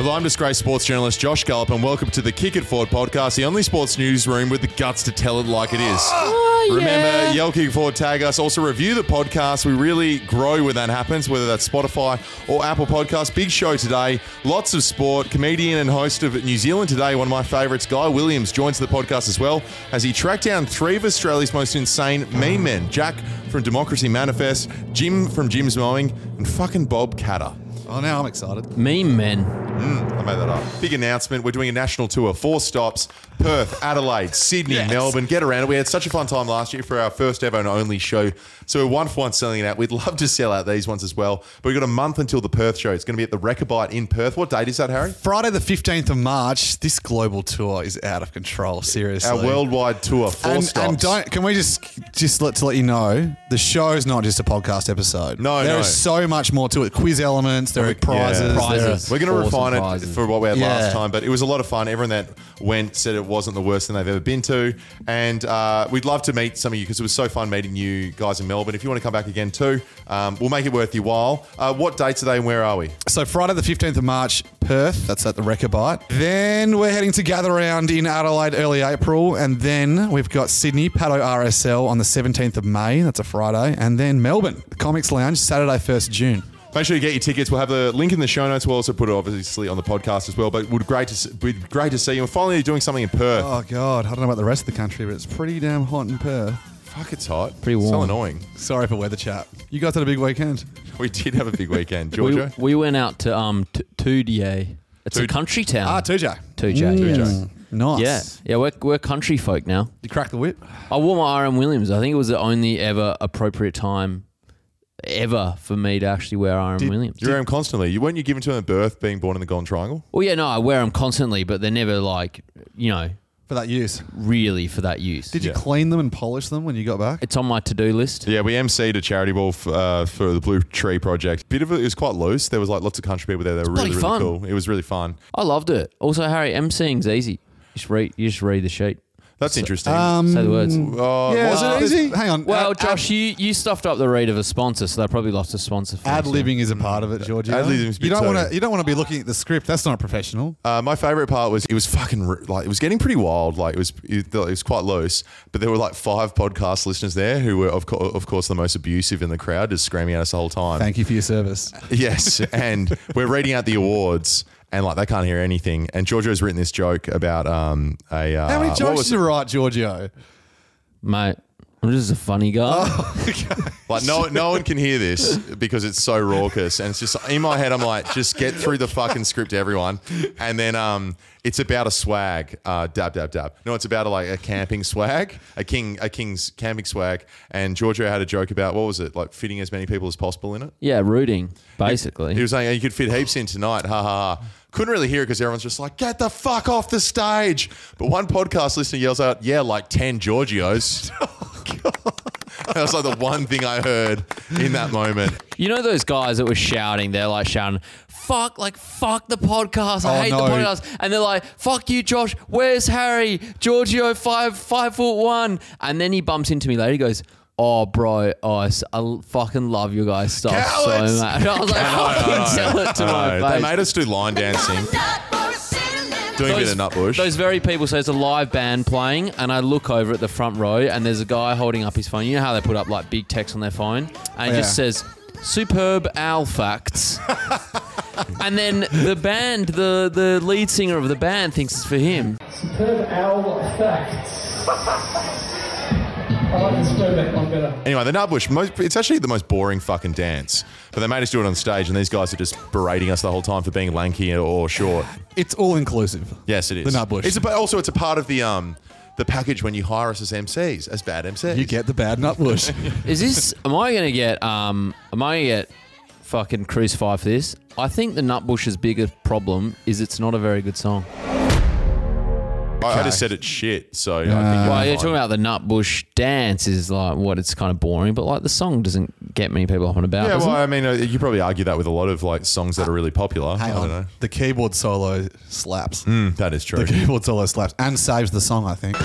I'm disgraced sports journalist Josh Gallup, and welcome to the Kick It Forward podcast, the only sports newsroom with the guts to tell it like it is. Remember, yell kick it forward, tag us. Also, review the podcast. We really grow when that happens, whether that's Spotify or Apple Podcasts. Big show today. Lots of sport. Comedian and host of New Zealand Today, one of my favourites, Guy Williams, joins the podcast as well as he tracked down three of Australia's most insane mean men Jack from Democracy Manifest, Jim from Jim's Mowing, and fucking Bob Catter. Oh, now I'm excited. Meme men. I made that up. Big announcement. We're doing a national tour. Four stops Perth, Adelaide, Sydney, Yes. Melbourne. Get around it. We had such a fun time last year for our first ever and only show. So we're one for one selling it out. We'd love to sell out these ones as well. But we've got a month until the Perth show. It's going to be at the Rechabite in Perth. What date is that, Harry? Friday the 15th of March, this global tour is out of control, seriously. Our worldwide tour. Four and, stops. and don't can we just just let to let you know the show is not just a podcast episode. No, there no. is so much more to it. Quiz elements, there are prizes, there are- Prizes. We're going to Scores refine and it prizes. for what we had last Yeah. time, but it was a lot of fun. Everyone that went said it wasn't the worst thing they've ever been to. And uh, we'd love to meet some of you because it was so fun meeting you guys in Melbourne. If you want to come back again too, um, we'll make it worth your while. Uh, what dates are they and where are we? So Friday the 15th of March, Perth, that's at the Rechabite. Then we're heading to Gather Round in Adelaide early April. And then we've got Sydney, Pato RSL on the 17th of May, that's a Friday. And then Melbourne, the Comics Lounge, Saturday 1st June. Make sure you get your tickets. We'll have the link in the show notes. We'll also put it obviously on the podcast as well. But it would great to s- be great to see you. And finally, doing something in Perth. Oh, God, I don't know about the rest of the country, but it's pretty damn hot in Perth. Fuck, it's hot. Pretty So warm. annoying. Sorry for weather chat. You guys had a big weekend. We did have a big weekend, We, Giorgio. we went out to um t- Tudia. It's Tu- a country town. Ah, 2J. Tudia. yes. Mm. Nice. Yeah, yeah, we're, we're country folk now. You cracked the whip. I wore my RM Williams. I think it was the only ever appropriate time ever for me to actually wear RM Williams. you wear them constantly. You weren't you given to them at birth, being born in the Golden Triangle? Well, yeah, no, I wear them constantly, but they're never like, you know, For that use. really for that use. Did Yeah. you clean them and polish them when you got back? it's on my to do list. Yeah, we emceed a charity ball f- uh, for the Blue Tree Project. Bit of it, it was quite loose. There was like lots of country people there. They were really, bloody really fun. cool. It was really fun. I loved it. Also, Harry, MCing's easy. You just read, you just read the sheet. That's interesting. Say the words. Uh, um, yeah, was uh, it easy? Hang on. Well, Ad- Josh, you, you stuffed up the read of a sponsor, so they probably lost a sponsor. For Ad next year. libbing is a part of it, Georgie. Ad-libbing's You big don't want too. to. You don't want to be looking at the script. That's not professional. Uh, my favorite part was it was fucking r- like it was getting pretty wild. Like it was it, it was quite loose, but there were like five podcast listeners there who were of, co- of course the most abusive in the crowd, just screaming at us the whole time. Thank you for your service. Yes, and we're reading out the awards, and like they can't hear anything. And Giorgio's written this joke about um a uh, How many what jokes was did you write, Giorgio? Mate, I'm just a funny guy. Like no, no one can hear this because it's so raucous, and it's just in my head. I'm like, just get through the fucking script, everyone, and then um, it's about a swag, uh, dab dab dab. No, it's about a, like a camping swag, a king, a king's camping swag. And Giorgio had a joke about what was it like fitting as many people as possible in it. Yeah, rooting, basically. He was saying oh, you could fit heaps in tonight, ha ha. ha. Couldn't really hear it because everyone's just like, get the fuck off the stage. But one podcast listener yells out, yeah, like ten Giorgios. Oh, That was like the one thing I heard in that moment. you know those guys that were shouting, they're like shouting, fuck, like, fuck the podcast. I Oh, hate no. the podcast. And they're like, fuck you, Josh. Where's Harry? Giorgio, five, five foot one. And then he bumps into me later. He goes, Oh, bro, oh, I s- I l- fucking love your guys' stuff Cowards. so much. And I was like, fucking tell it to I know. my They face. made us do line dancing, doing a bit of Nutbush. Those very people. So it's a live band playing, and I look over at the front row, and there's a guy holding up his phone. You know how they put up like big text on their phone, and it just Yeah. says "Superb Owl Facts." and then the band, the the lead singer of the band, thinks it's for him. Superb owl facts. I like the stir back one better. anyway, the Nutbush, most, it's actually the most boring fucking dance. But they made us do it on stage, and these guys are just berating us the whole time for being lanky or short. It's all inclusive. Yes, it is. The Nutbush. It's a, but also, it's a part of the um the package when you hire us as MCs, as bad MCs. You get the bad nut bush. Is this? Am I gonna get? Um, am I gonna get fucking crucified for this? I think the Nutbush's bigger problem is it's not a very good song. I, I just said it's shit, so I think you're Well, Oh, you're fine. talking about the Nutbush dance is like what it's kind of boring, but like the song doesn't get many people up and about. Yeah, does well, it? I mean, uh, you probably argue that with a lot of like songs that are really popular. I Hang don't on. know. The keyboard solo slaps. Mm, That is true. The keyboard solo slaps and saves the song. I think.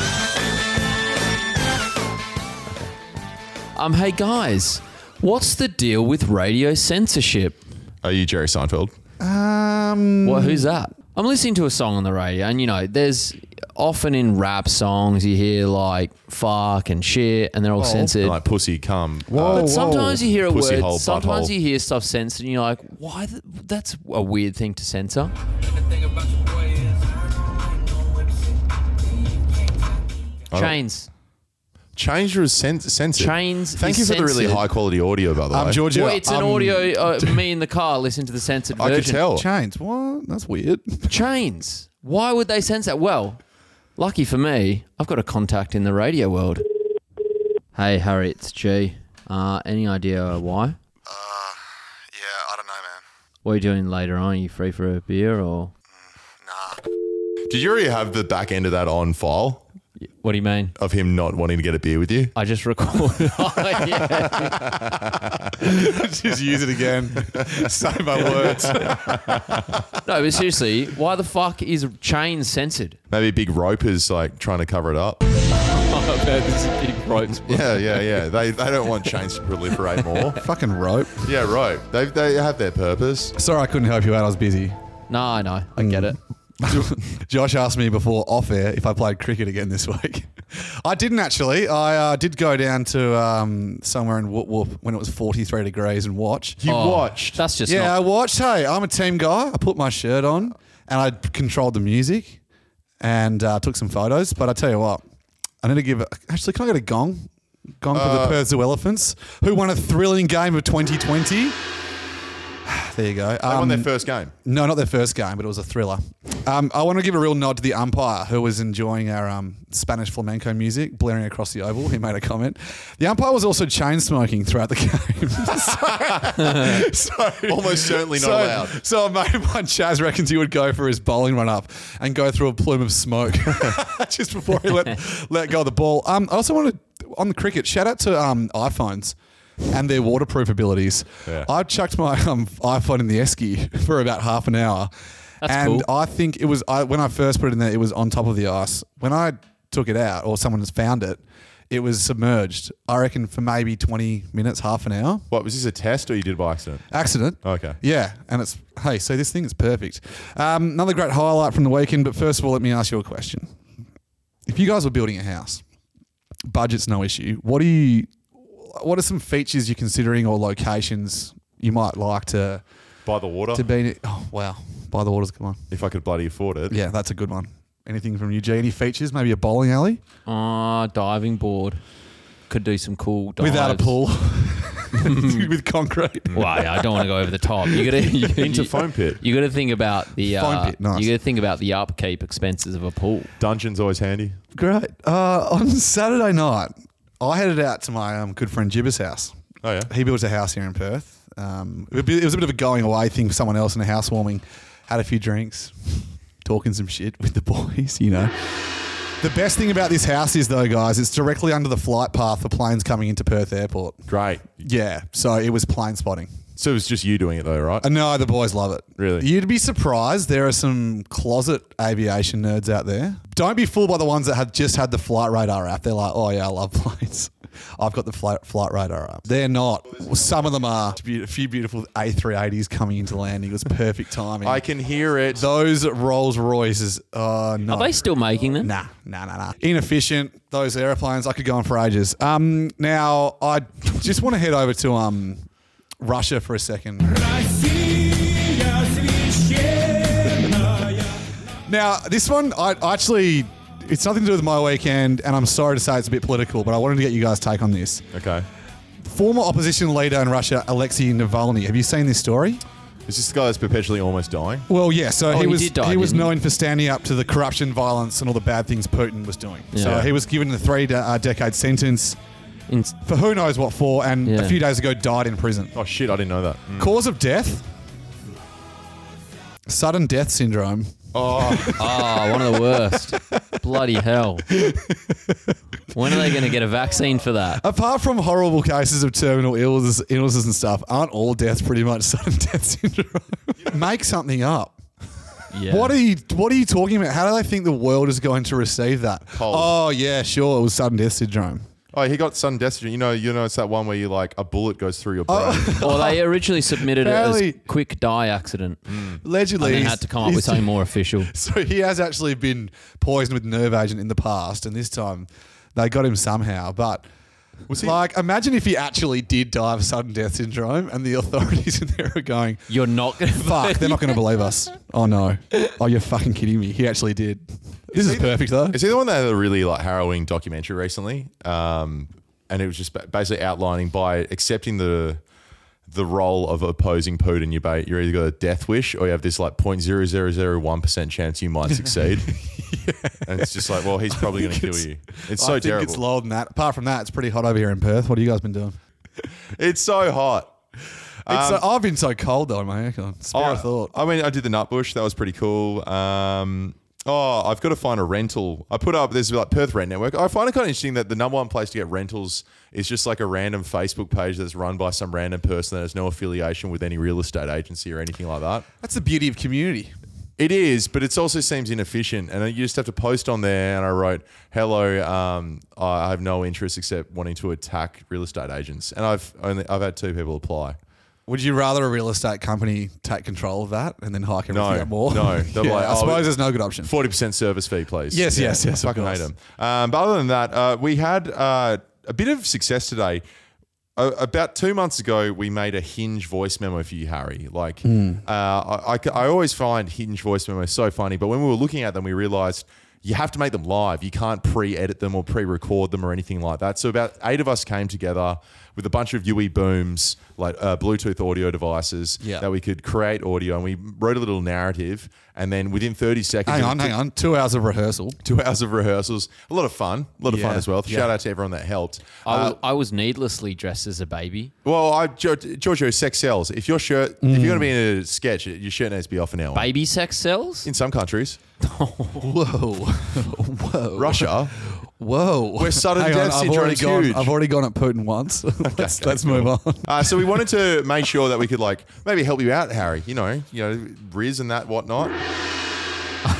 um, hey guys, what's the deal with radio censorship? Are you Jerry Seinfeld? Um. What? Who's that? I'm listening to a song on the radio, and you know, there's often in rap songs you hear like fuck and shit, and they're all censored. like pussy cum. uh, Whoa. But sometimes you hear a Oh, Pussy word. hole, sometimes butthole. you hear stuff censored, and you're like, "Why? Th- that's a weird thing to censor." don't- Chains. Change was cen- censored. Chains Thank is you for the really censored. high quality audio, by the Um, way. Giorgio, Well, it's an um, audio. Uh, me in the car listen to the censored I version. could tell. Chains. What? That's weird. Chains. Why would they censor? that? Well, lucky for me, I've got a contact in the radio world. Hey, Harry, it's G. Uh, any idea why? Uh, Yeah, I don't know, man. What are you doing later on? Are you free for a beer or? Did you already have the back end of that on file What do you mean? of him not wanting to get a beer with you? I just recorded. Oh, yeah. Just use it again. Say my words. No, but seriously, why the fuck is Chains censored? Maybe Big Rope is like trying to cover it up. Oh, man, this is big ropes. Yeah, yeah, yeah. They, they don't want change to proliferate more. Fucking rope. yeah, right. They, they have their purpose. Sorry, I couldn't help you out. I was busy. Um, No, I know. I get it. Josh asked me before off air if I played cricket again this week. I didn't actually. I uh, did go down to um, somewhere in Whoop Whoop when it was 43 degrees and watch. You Oh, watched. That's just yeah, not. I watched. Hey, I'm a team guy. I put my shirt on and I controlled the music and uh, took some photos. But I tell you what, I need to give. Actually, can I get a gong? Gong for the Uh, Perth Zoo Elephants, who won a thrilling game of 2020. there you go. They won their Um, first game. no, not their first game, but it was a thriller. Um, I want to give a real nod to the umpire who was enjoying our um, Spanish flamenco music blaring across the oval. He made a comment. The umpire was also chain smoking throughout the game. so, so- Almost certainly not so, allowed. So a mate of mine, Chaz, reckons he would go for his bowling run up and go through a plume of smoke just before he let, let go of the ball. Um, I also wanted on the cricket, shout out to um, iPhones and their waterproof abilities. Yeah. I chucked my um, iPhone in the esky for about half an hour. That's and cool. I think it was I, when I first put it in there, it was on top of the ice. When I took it out, or someone has found it, it was submerged. I reckon for maybe twenty minutes, half an hour. What, was this a test or you did by accident? Oh, Accident. Okay. Yeah, and it's hey, so this thing is perfect. Um, another great highlight from the weekend, but first of all, let me ask you a question. If you guys were building a house, budget's no issue. What do you? What are some features you're considering or locations you might like to By the water? to be? Oh wow, by the waters, come on. if I could bloody afford it. Yeah, that's a good one. Anything from you, G? Any features? Maybe a bowling alley Ah, diving board. Could do some cool dives. without a pool, with concrete. Well, yeah, I don't want to go over the top. You gotta you, Into you- foam pit. You gotta think about the uh, Foam pit, nice. You gotta think about the upkeep expenses of a pool. Dungeon's always handy. Great. Uh, on Saturday night, I headed out to my um, good friend Jibber's house. Oh, yeah. He built a house here in Perth. Um, it was a bit of a going away thing for someone else in a housewarming. Had a few drinks, talking some shit with the boys, you know. The best thing about this house is, though, guys, it's directly under the flight path for planes coming into Perth Airport. Great. Yeah, so it was plane spotting. So it was just you doing it though, right? Uh, No, the boys love it. Really? You'd be surprised. There are some closet aviation nerds out there. Don't be fooled by the ones that have just had the flight radar app. They're like, oh, yeah, I love planes. I've got the flight, flight radar app. They're not. Some of them are. A few beautiful A380s coming into landing. It was perfect timing. I can hear it. Those Rolls Royces, oh, no. Are they still making them? Nah, nah, nah, nah. Inefficient. Those airplanes, I could go on for ages. Um, now I just want to head over to um, Russia for a second. now this one, I, I actually, it's nothing to do with my weekend, and I'm sorry to say it's a bit political, but I wanted to get you guys' take on this. Okay. Former opposition leader in Russia, Alexei Navalny. Have you seen this story? Is this the guy that's perpetually almost dying? Well, yeah. So he, Oh, he was did die, he was didn't he? known for standing up to the corruption, violence, and all the bad things Putin was doing. So Yeah. he was given a three de- uh, decade sentence In- for who knows what for, and a Yeah. few days ago died in prison. Oh shit, I didn't know that. Cause of death: sudden death syndrome. Oh, Ah, one of the worst. Bloody hell. When are they going to get a vaccine for that? Apart from horrible cases of terminal illness, illnesses and stuff, aren't all deaths pretty much sudden death syndrome? Make something up. Yeah. What are you What are you talking about? How do they think the world is going to receive that? Cold. Oh yeah, sure. It was sudden death syndrome. Oh, he got sudden death syndrome. You know, you know, it's that one where you like a bullet goes through your brain. Oh. Or they originally submitted it Apparently- as quick die accident Allegedly, and then he's- had to come up with he's- something more official. So he has actually been poisoned with nerve agent in the past, and this time they got him somehow. But Was he- like, imagine if he actually did die of sudden death syndrome, and the authorities in there are going, You're not going to "Fuck, they're not going to believe us." Oh no! Oh, you're fucking kidding me. He actually did. This is perfect though. Is he the one that had a really like harrowing documentary recently? Um, and it was just ba- basically outlining by accepting the the role of opposing Putin, you ba- you're either got a death wish or you have this like 0.0001% chance you might succeed. And it's just like, well, he's probably going to kill you. It's so I think terrible. it's lower than that. Apart from that, it's pretty hot over here in Perth. What have you guys been doing? It's so hot. It's so, I've been so cold though in my aircon. Spare Oh, a thought. Um, I mean, I did the nut bush. That was pretty cool. Um, oh, I've got to find a rental. I put up there's like Perth Rent Network. I find it kind of interesting that the number one place to get rentals is just like a random Facebook page that's run by some random person that has no affiliation with any real estate agency or anything like that. That's the beauty of community. It is, but it also seems inefficient. And you just have to post on there. And I wrote, "Hello, um, I have no interest except wanting to attack real estate agents." And I've only I've had two people apply. Would you rather a real estate company take control of that and then hike everything No, up more? no. They're Yeah, like, I oh, suppose we- there's no good option. Forty percent service fee, please. Yes, yes, yes, of Fucking hate course. them. Um, but other than that, uh, we had uh, a bit of success today. Uh, about two months ago, we made a Hinge voice memo for you, Harry. Like, Hmm. uh, I, I, I always find Hinge voice memos so funny, but when we were looking at them, we realized you have to make them live. You can't pre-edit them or pre-record them or anything like that. So about eight of us came together with a bunch of UE booms, like uh, Bluetooth audio devices, Yeah. that we could create audio, and we wrote a little narrative, and then within thirty seconds, Hang it- on, hang on. Two hours of rehearsal. two hours of rehearsals. A lot of fun. A lot of Yeah. fun as well. Yeah. Shout out to everyone that helped. Uh, I was, I was needlessly dressed as a baby. Well, I, Gio- Giorgio, sex sells. If your shirt, if you're going to be in a sketch, your shirt needs to be off an hour. Baby sex sells? In some countries, Whoa, whoa, Russia, whoa. We're sudden Hang death I've already syndrome's gone. huge. I've already gone at Putin once. let's let's move on. Uh, so we wanted to make sure that we could like maybe help you out, Harry. You know, you know, Riz and that whatnot.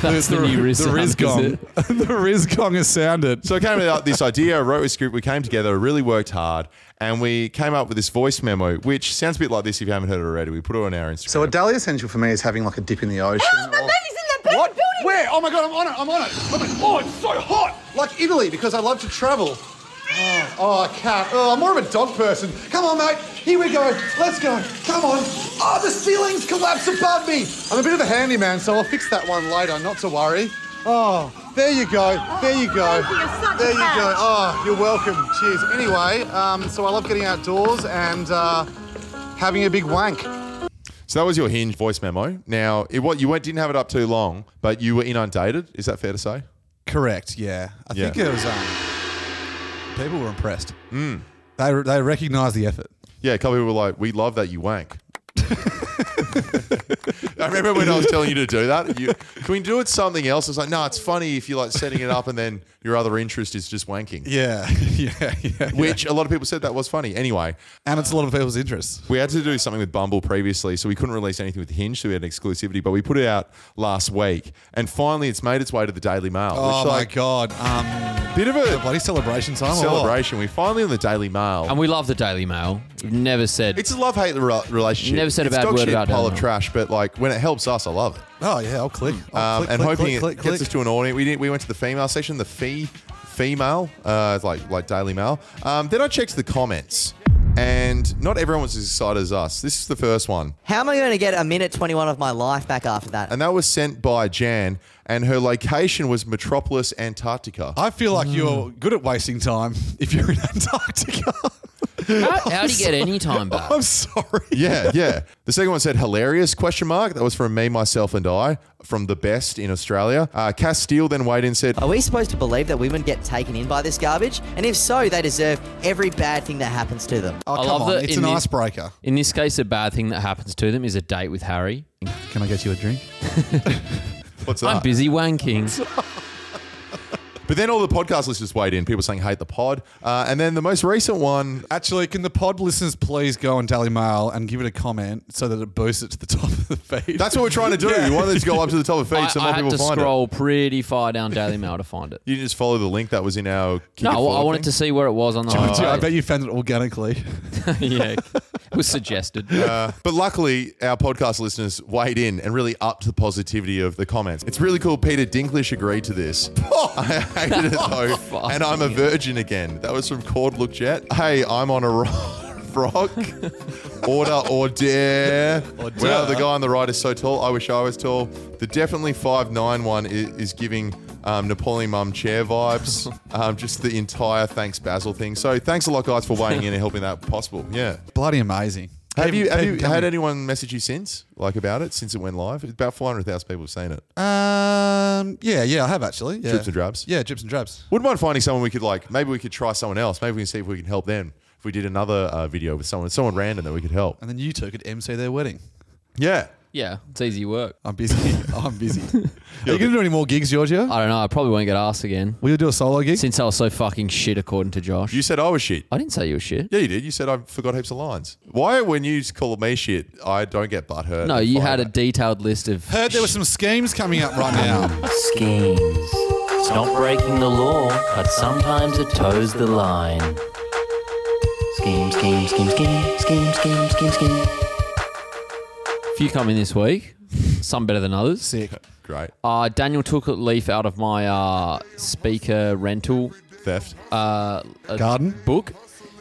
That's the, new Riz the Riz sound, is gong. the Riz gong has sounded. So I came up with this idea. I wrote a script. We came together, really worked hard, and we came up with this voice memo, which sounds a bit like this. If you haven't heard it already, we put it on our Instagram. So a daily essential for me is having like a dip in the ocean. How's the or- ladies in the What? building? Where? Oh my god, I'm on it. I'm on it. Look at- Oh, it's so hot. Like Italy because I love to travel. Oh, oh, a cat. Oh, I'm more of a dog person. Come on, mate. Here we go. Let's go. Come on. Oh, the ceilings collapse above me. I'm a bit of a handyman, so I'll fix that one later. Not to worry. Oh, there you go. There you go. Thank you. You're such a there catch. you go. Oh, you're welcome. Cheers. Anyway, um, so I love getting outdoors and uh, having a big wank. So that was your hinge voice memo. Now, it, what you went didn't have it up too long, but you were inundated. Is that fair to say? Correct. Yeah, I Yeah. think it was. Um, people were impressed. Mm. They they recognised the effort. Yeah, a couple people were like, "We love that you wank." I remember when I was telling you to do that. You, can we do it something else? It's like, no, it's funny if you like setting it up and then your other interest is just wanking. Yeah, yeah, yeah. Which a lot of people said that was funny. Anyway, And it's a lot of people's interests. we had to do something with Bumble previously, so we couldn't release anything with Hinge, so we had an exclusivity. But we put it out last week, and finally, it's made its way to the Daily Mail. Oh which, my like, god. Um, bit of a bloody celebration time. or what? celebration. We finally on the Daily Mail. Oh, And we love the Daily Mail. We've never said It's a love hate relationship. Never said a it's bad dog word shit, about pile Daily of Mail. trash, but like when it helps us, I love it. Oh yeah, I'll click. I'll Um, click, and click, hoping click, it click, gets click. us to an audience. We didn't, we went to the female section, the fee female, uh, like like Daily Mail. Um, then I checked the comments, and not everyone was as excited as us. This is the first one, How am I going to get a minute 21 of my life back after that? and that was sent by Jan, and her location was Metropolis, Antarctica. I feel like you're Mm. good at wasting time if you're in Antarctica. How, how do you get any time back? I'm sorry. yeah, yeah. The second one said hilarious question mark. That was from me, myself, and I from the best in Australia. Uh, Cass Steele then weighed in and said, Oh, Are we supposed to believe that women get taken in by this garbage? And if so, they deserve every bad thing that happens to them. Oh, I come love on. that It's in an the- icebreaker. In this case, a bad thing that happens to them is a date with Harry. Can I get you a drink? "What's that?" I'm busy wanking. But then all the podcast listeners weighed in. People saying hate the pod, uh, and then the most recent one. Actually, can the pod listeners please go on Daily Mail and give it a comment so that it boosts it to the top of the feed? That's what we're trying to do. Yeah. We want this to go up to the top of feed, I, so more I had people to find scroll pretty far down Daily Mail to find it. it. You can just follow the link that was in our. Kick No, It I- I Forward wanted thing. to see where it was on the Dude, I homepage. bet you found it organically. yeah, it was suggested. Uh, but luckily, our podcast listeners weighed in and really upped the positivity of the comments. It's really cool. Peter Dinklish agreed to this. I hated it though, and I'm a virgin again. That was from Cord Look Jet. Hey, I'm on a ro- rock. Order or dare. Wow, the guy on the right is so tall. I wish I was tall. The definitely five nine one is, is giving. Um, Napoleon Mum chair vibes, um, just the entire thanks Basil thing. So thanks a lot, guys, for weighing in and helping that possible. Yeah. Bloody amazing. Have People- you have people you come had in. anyone message you since, like about it, since it went live? About four hundred thousand people have seen it. Um, yeah, yeah, I have actually. Yeah. Drips and drabs. Yeah, drips and drabs. Wouldn't mind finding someone we could like. Maybe we could try someone else. Maybe we can see if we can help them. If we did another uh, video with someone, someone random that we could help. And then you two could MC their wedding. Yeah. Yeah, it's easy work. I'm busy. I'm busy. Are you going to do any more gigs, Uh, Giorgio? I don't know. I probably won't get asked again Will you do a solo gig? since I was so fucking shit, according to Josh. You said I was shit. I didn't say you were shit. Yeah, you did. You said I forgot heaps of lines. Why, when you call me shit, I don't get butthurt? No, and you fired had a at? detailed list of. Heard there were some schemes coming up right now. schemes. It's not breaking the law, but sometimes it toes the line. Scheme, scheme, scheme, scheme, scheme, scheme, scheme, scheme. few coming this week. Some better than others. Sick. great Uh, Daniel took a leaf out of my uh, speaker rental theft. uh, uh, Garden? book,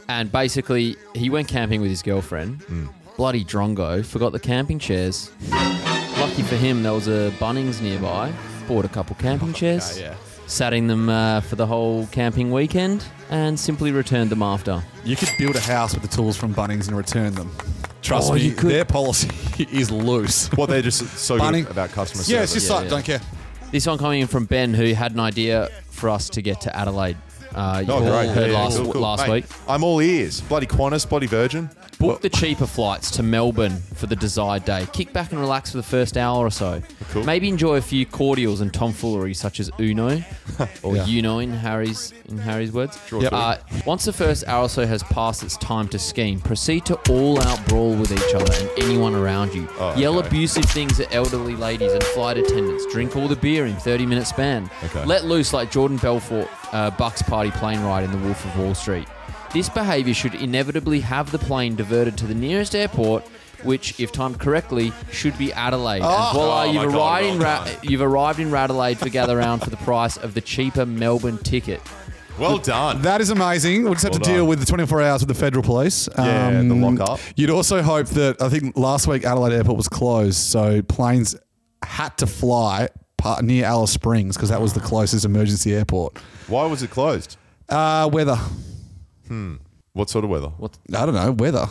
and basically he went camping with his girlfriend. Mm. Bloody drongo forgot the camping chairs. Lucky for him, there was a Bunnings nearby. Bought a couple camping chairs, Oh, yeah. sat in them uh, for the whole camping weekend, and simply returned them after. You could build a house with the tools from Bunnings and return them. Trust Oh, me, you could. their policy is loose. Well, they're just so Bunny- good about customer service. Yeah, it's just Yeah, like, yeah. don't care. This one coming in from Ben, who had an idea for us to get to Adelaide. Uh, you Oh, all great. Yeah, heard yeah, last, cool, cool. last Mate, week. I'm all ears. Bloody Qantas, bloody Virgin. Book the cheaper flights to Melbourne for the desired day. Kick back and relax for the first hour or so. Cool. Maybe enjoy a few cordials and tomfoolery such as Uno or Uno in Harry's in Harry's words. Yep. Uh, once the first hour or so has passed, it's time to scheme. Proceed to all-out brawl with each other and anyone around you. Oh, Yell okay. abusive things at elderly ladies and flight attendants. Drink all the beer in 30-minute span. Okay. Let loose like Jordan Belfort, uh, Buck's party plane ride in The Wolf of Wall Street. This behaviour should inevitably have the plane diverted to the nearest airport, which, if timed correctly, should be Adelaide. and Oh voila, you've, my God, arrived well in Ra- done. you've arrived in Radelaide for Gather Round for the price of the cheaper Melbourne ticket. Well done. That is amazing. We'll just have Well to deal done. with the 24 hours with the federal police. Um, Yeah, the lockup. You'd also hope that, I think last week Adelaide Airport was closed, so planes had to fly part, near Alice Springs because that was the closest emergency airport. Why was it closed? Uh, weather. What sort of weather? I don't know, weather.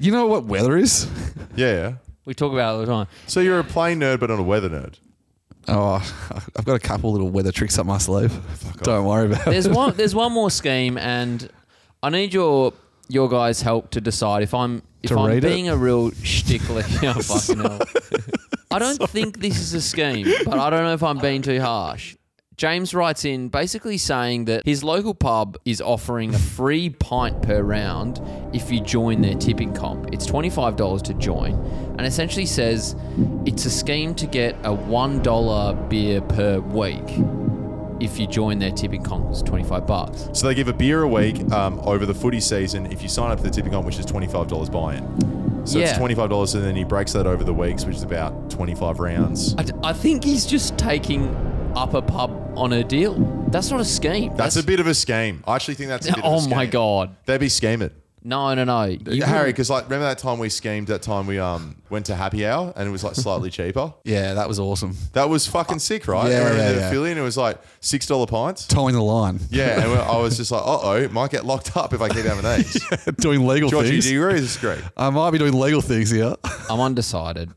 you know what weather is? Yeah, yeah. We talk about it all the time. So you're a plane nerd, but not a weather nerd. Oh, I've got a couple little weather tricks up my sleeve. Don't worry about it. There's one. There's one more scheme, and I need your your guys' help to decide if I'm if To I'm read it? being a real shtickler. Yeah, fucking hell. I don't think this is a scheme, but I don't know if I'm being too harsh. James writes in basically saying that his local pub is offering a free pint per round if you join their tipping comp. It's $25 to join and essentially says it's a scheme to get a $1 beer per week if you join their tipping comp. It's 25 bucks. So they give a beer a week um, over the footy season if you sign up for the tipping on, which is twenty-five dollars buy-in. So it's Yeah. twenty-five dollars, and then he breaks that over the weeks, which is about twenty-five rounds. I, d- I think he's just taking up a pub on a deal. That's not a scheme. That's, a bit of a scheme. I actually think that's. A bit Oh of a my scam. God. they'd be scheming. No, no, no. You Harry, because like remember that time we schemed? That time we um went to happy hour and it was like slightly cheaper. Yeah, that was awesome. That was fucking sick, right? Yeah, I remember yeah, the yeah. Philly and it was like six dollar pints. Towing the line. Yeah, and I was just like, uh oh, might get locked up if I keep having these. doing legal Georgie, things. do you agree? This is great. I might be doing legal things here. I'm undecided.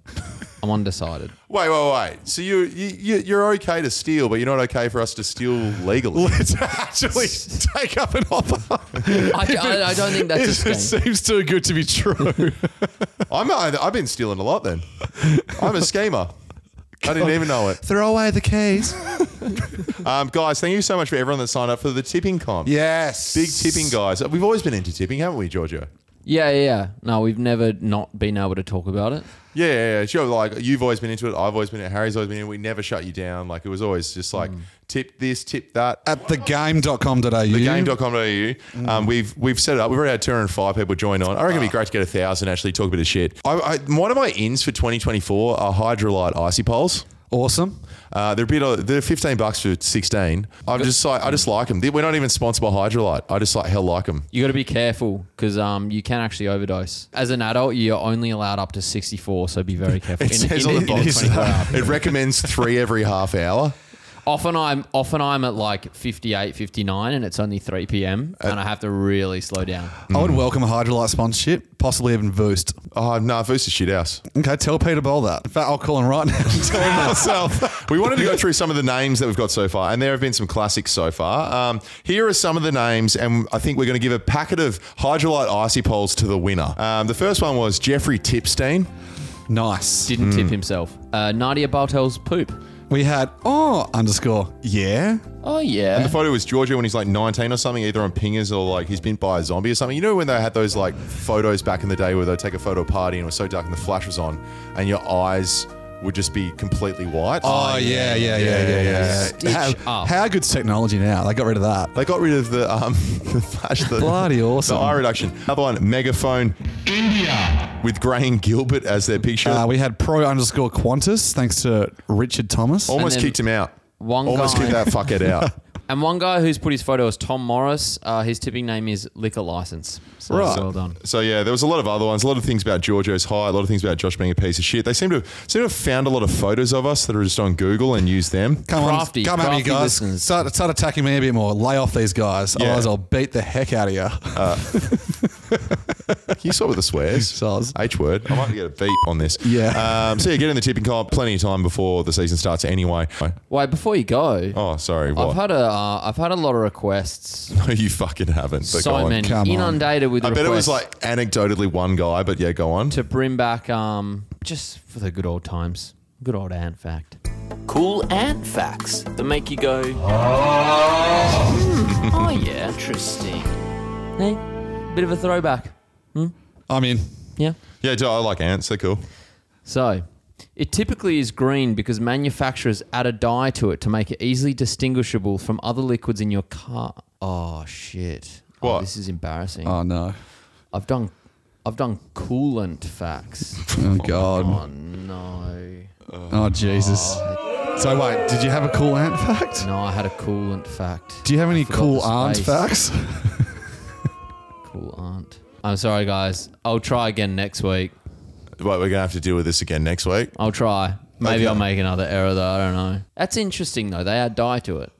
I'm undecided. Wait, wait, wait. So you, you you- you're okay to steal, but you're not okay for us to steal legally. Let's actually take up an offer. I, d- I- I don't think that's a It scheme. seems too good to be true. I'm I- I've been stealing a lot then. I'm a schemer. I didn't even know it. Throw away the keys. Um, guys, thank you so much for everyone that signed up for the tipping comp. yes. Big tipping, guys. We've always been into tipping, haven't we, Giorgio? Yeah, yeah, yeah. No, we've never not been able to talk about it. Yeah, yeah, yeah. Sure. Like you've always been into it. I've always been in it. Harry's always been in it. We never shut you down. Like it was always just like tip this, tip that. At thegame.com.au. Game.com.au. Mm. Um, we've we've set it up. We've already had 205 people join on. I reckon Ah. it'd be great to get a thousand. Actually, talk a bit of shit. I, I, one of my ins for 2024 are Hydrolite icy poles. Awesome. Uh, they're a bit. of- They're 15 bucks for 16. I just like. I just like them. We're not even sponsored by Hydrolite. I just like hell like them. You got to be careful because um, you can actually overdose. As an adult, you're only allowed up to 64, so be very careful. In- says in- on the in box, 24 hour. It recommends three every half hour. Often I'm often I'm at like 58, 59, and it's only 3 p.m. Uh, and I have to really slow down. I would welcome a Hydrolite sponsorship, possibly even Voost. Oh no, Voost is shit house. Okay, tell Peter Bowl that. In fact, I'll call him right now and tell him myself. We wanted to go through some of the names that we've got so far, and there have been some classics so far. Um, here are some of the names, and I think we're going to give a packet of Hydrolite Icy Poles to the winner. Um, the first one was Jeffrey Tipstein. nice. Didn't Hmm. tip himself. Uh, Nadia Bartel's poop. We had, oh, underscore, yeah. Oh yeah. The photo was Georgia when he's like 19 or something, either on pingers or like he's been by a zombie or something. You know when they had those like photos back in the day where they'd take a photo of a party and it was so dark and the flash was on, and your eyes would just be completely white. Oh, yeah, yeah, yeah, yeah, yeah. Stitch How, up. how good's technology now? They got rid of that. They got rid of the um, the flash, the, Bloody awesome. the eye reduction. Another one, megaphone India with Graham Gilbert as their picture. Uh, we had pro underscore Qantas, thanks to Richard Thomas. Almost And then kicked him out. one Almost guy- kicked that fuckhead out. And one guy who's put his photo is Tom Morris. Uh, his tipping name is Liquor License. So Right. well done. So yeah, there was a lot of other ones, a lot of things about Giorgio's height, a lot of things about Josh being a piece of shit. They seem to seem to have found a lot of photos of us that are just on Google and use them. Come Crafty, on, come at me, crafty guys. listeners. Start, start attacking me a bit more. Lay off these guys, Yeah. otherwise I'll beat the heck out of you. You saw with the swears. Soz. H word. I might get a beep on this. Yeah. Um, so yeah, get in the tipping comp. Plenty of time before the season starts anyway. Wait, before you go, Oh, sorry. What? I've had a uh, I've had a lot of requests. no, you fucking haven't. But go so on. many Come on. inundated with I requests bet it was like anecdotally one guy, but yeah, go on. to bring back um just for the good old times. Good old ant fact. Cool ant facts that make you go, "Hmm, oh yeah, interesting. Hey, bit of a throwback. I'm in. Yeah. Yeah, dude, I like ants. They're cool. So, it typically is green because manufacturers add a dye to it to make it easily distinguishable from other liquids in your car. Oh shit. Oh, What? this is embarrassing. Oh, no. I've done I've done coolant facts. Oh, God. oh no. Oh, Jesus. So, wait, did you have a cool ant fact? No, I had a coolant fact. Do you have any forgot cool the ant space. facts? Cool aunt. I'm sorry guys. I'll try again next week. But we're gonna have to deal with this again next week. I'll try. Maybe Okay. I'll make another error though. I don't know. That's interesting though. They add dye to it.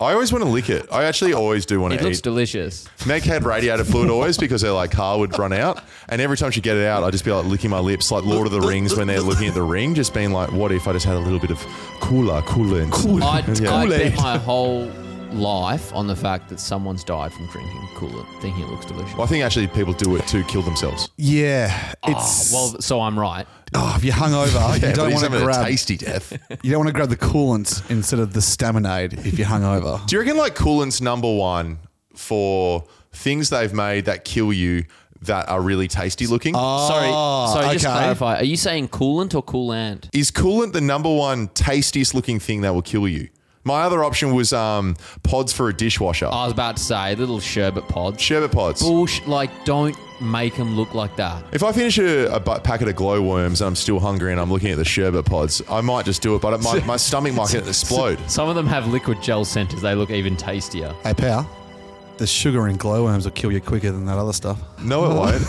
I always want to lick it. I actually always do want It to looks eat. delicious. Meg had radiator fluid always because her like car would run out, and every time she would get it out, I'd just be like licking my lips, like Lord of the Rings when they're looking at the ring, just being like, "What if I just had a little bit of cooler, coolant?" Cool. I, I Kool-Aid. bet my whole life on the fact that someone's died from drinking coolant, thinking it looks delicious. I think actually people do it to kill themselves. Yeah. Ah, It's, well, so I'm right. oh, if you're hungover, Yeah, you but don't he's want to having a grab. tasty death. You don't want to grab the coolant instead of the staminade if you're hungover. Do you reckon like coolant's number one for things they've made that kill you that are really tasty looking? Sorry, Ah, Oh, sorry. Just okay. clarify. Are you saying coolant or coolant? Is coolant the number one tastiest looking thing that will kill you? My other option was um, pods for a dishwasher. I was about to say little sherbet pods. Sherbet pods. Bullsh- like, don't make them look like that. If I finish a, a bu- packet of glowworms and I'm still hungry and I'm looking at the sherbet pods, I might just do it, but it might, my stomach might get- explode. Some of them have liquid gel centers. They look even tastier. Hey, Power, the sugar in glowworms will kill you quicker than that other stuff. No, it won't.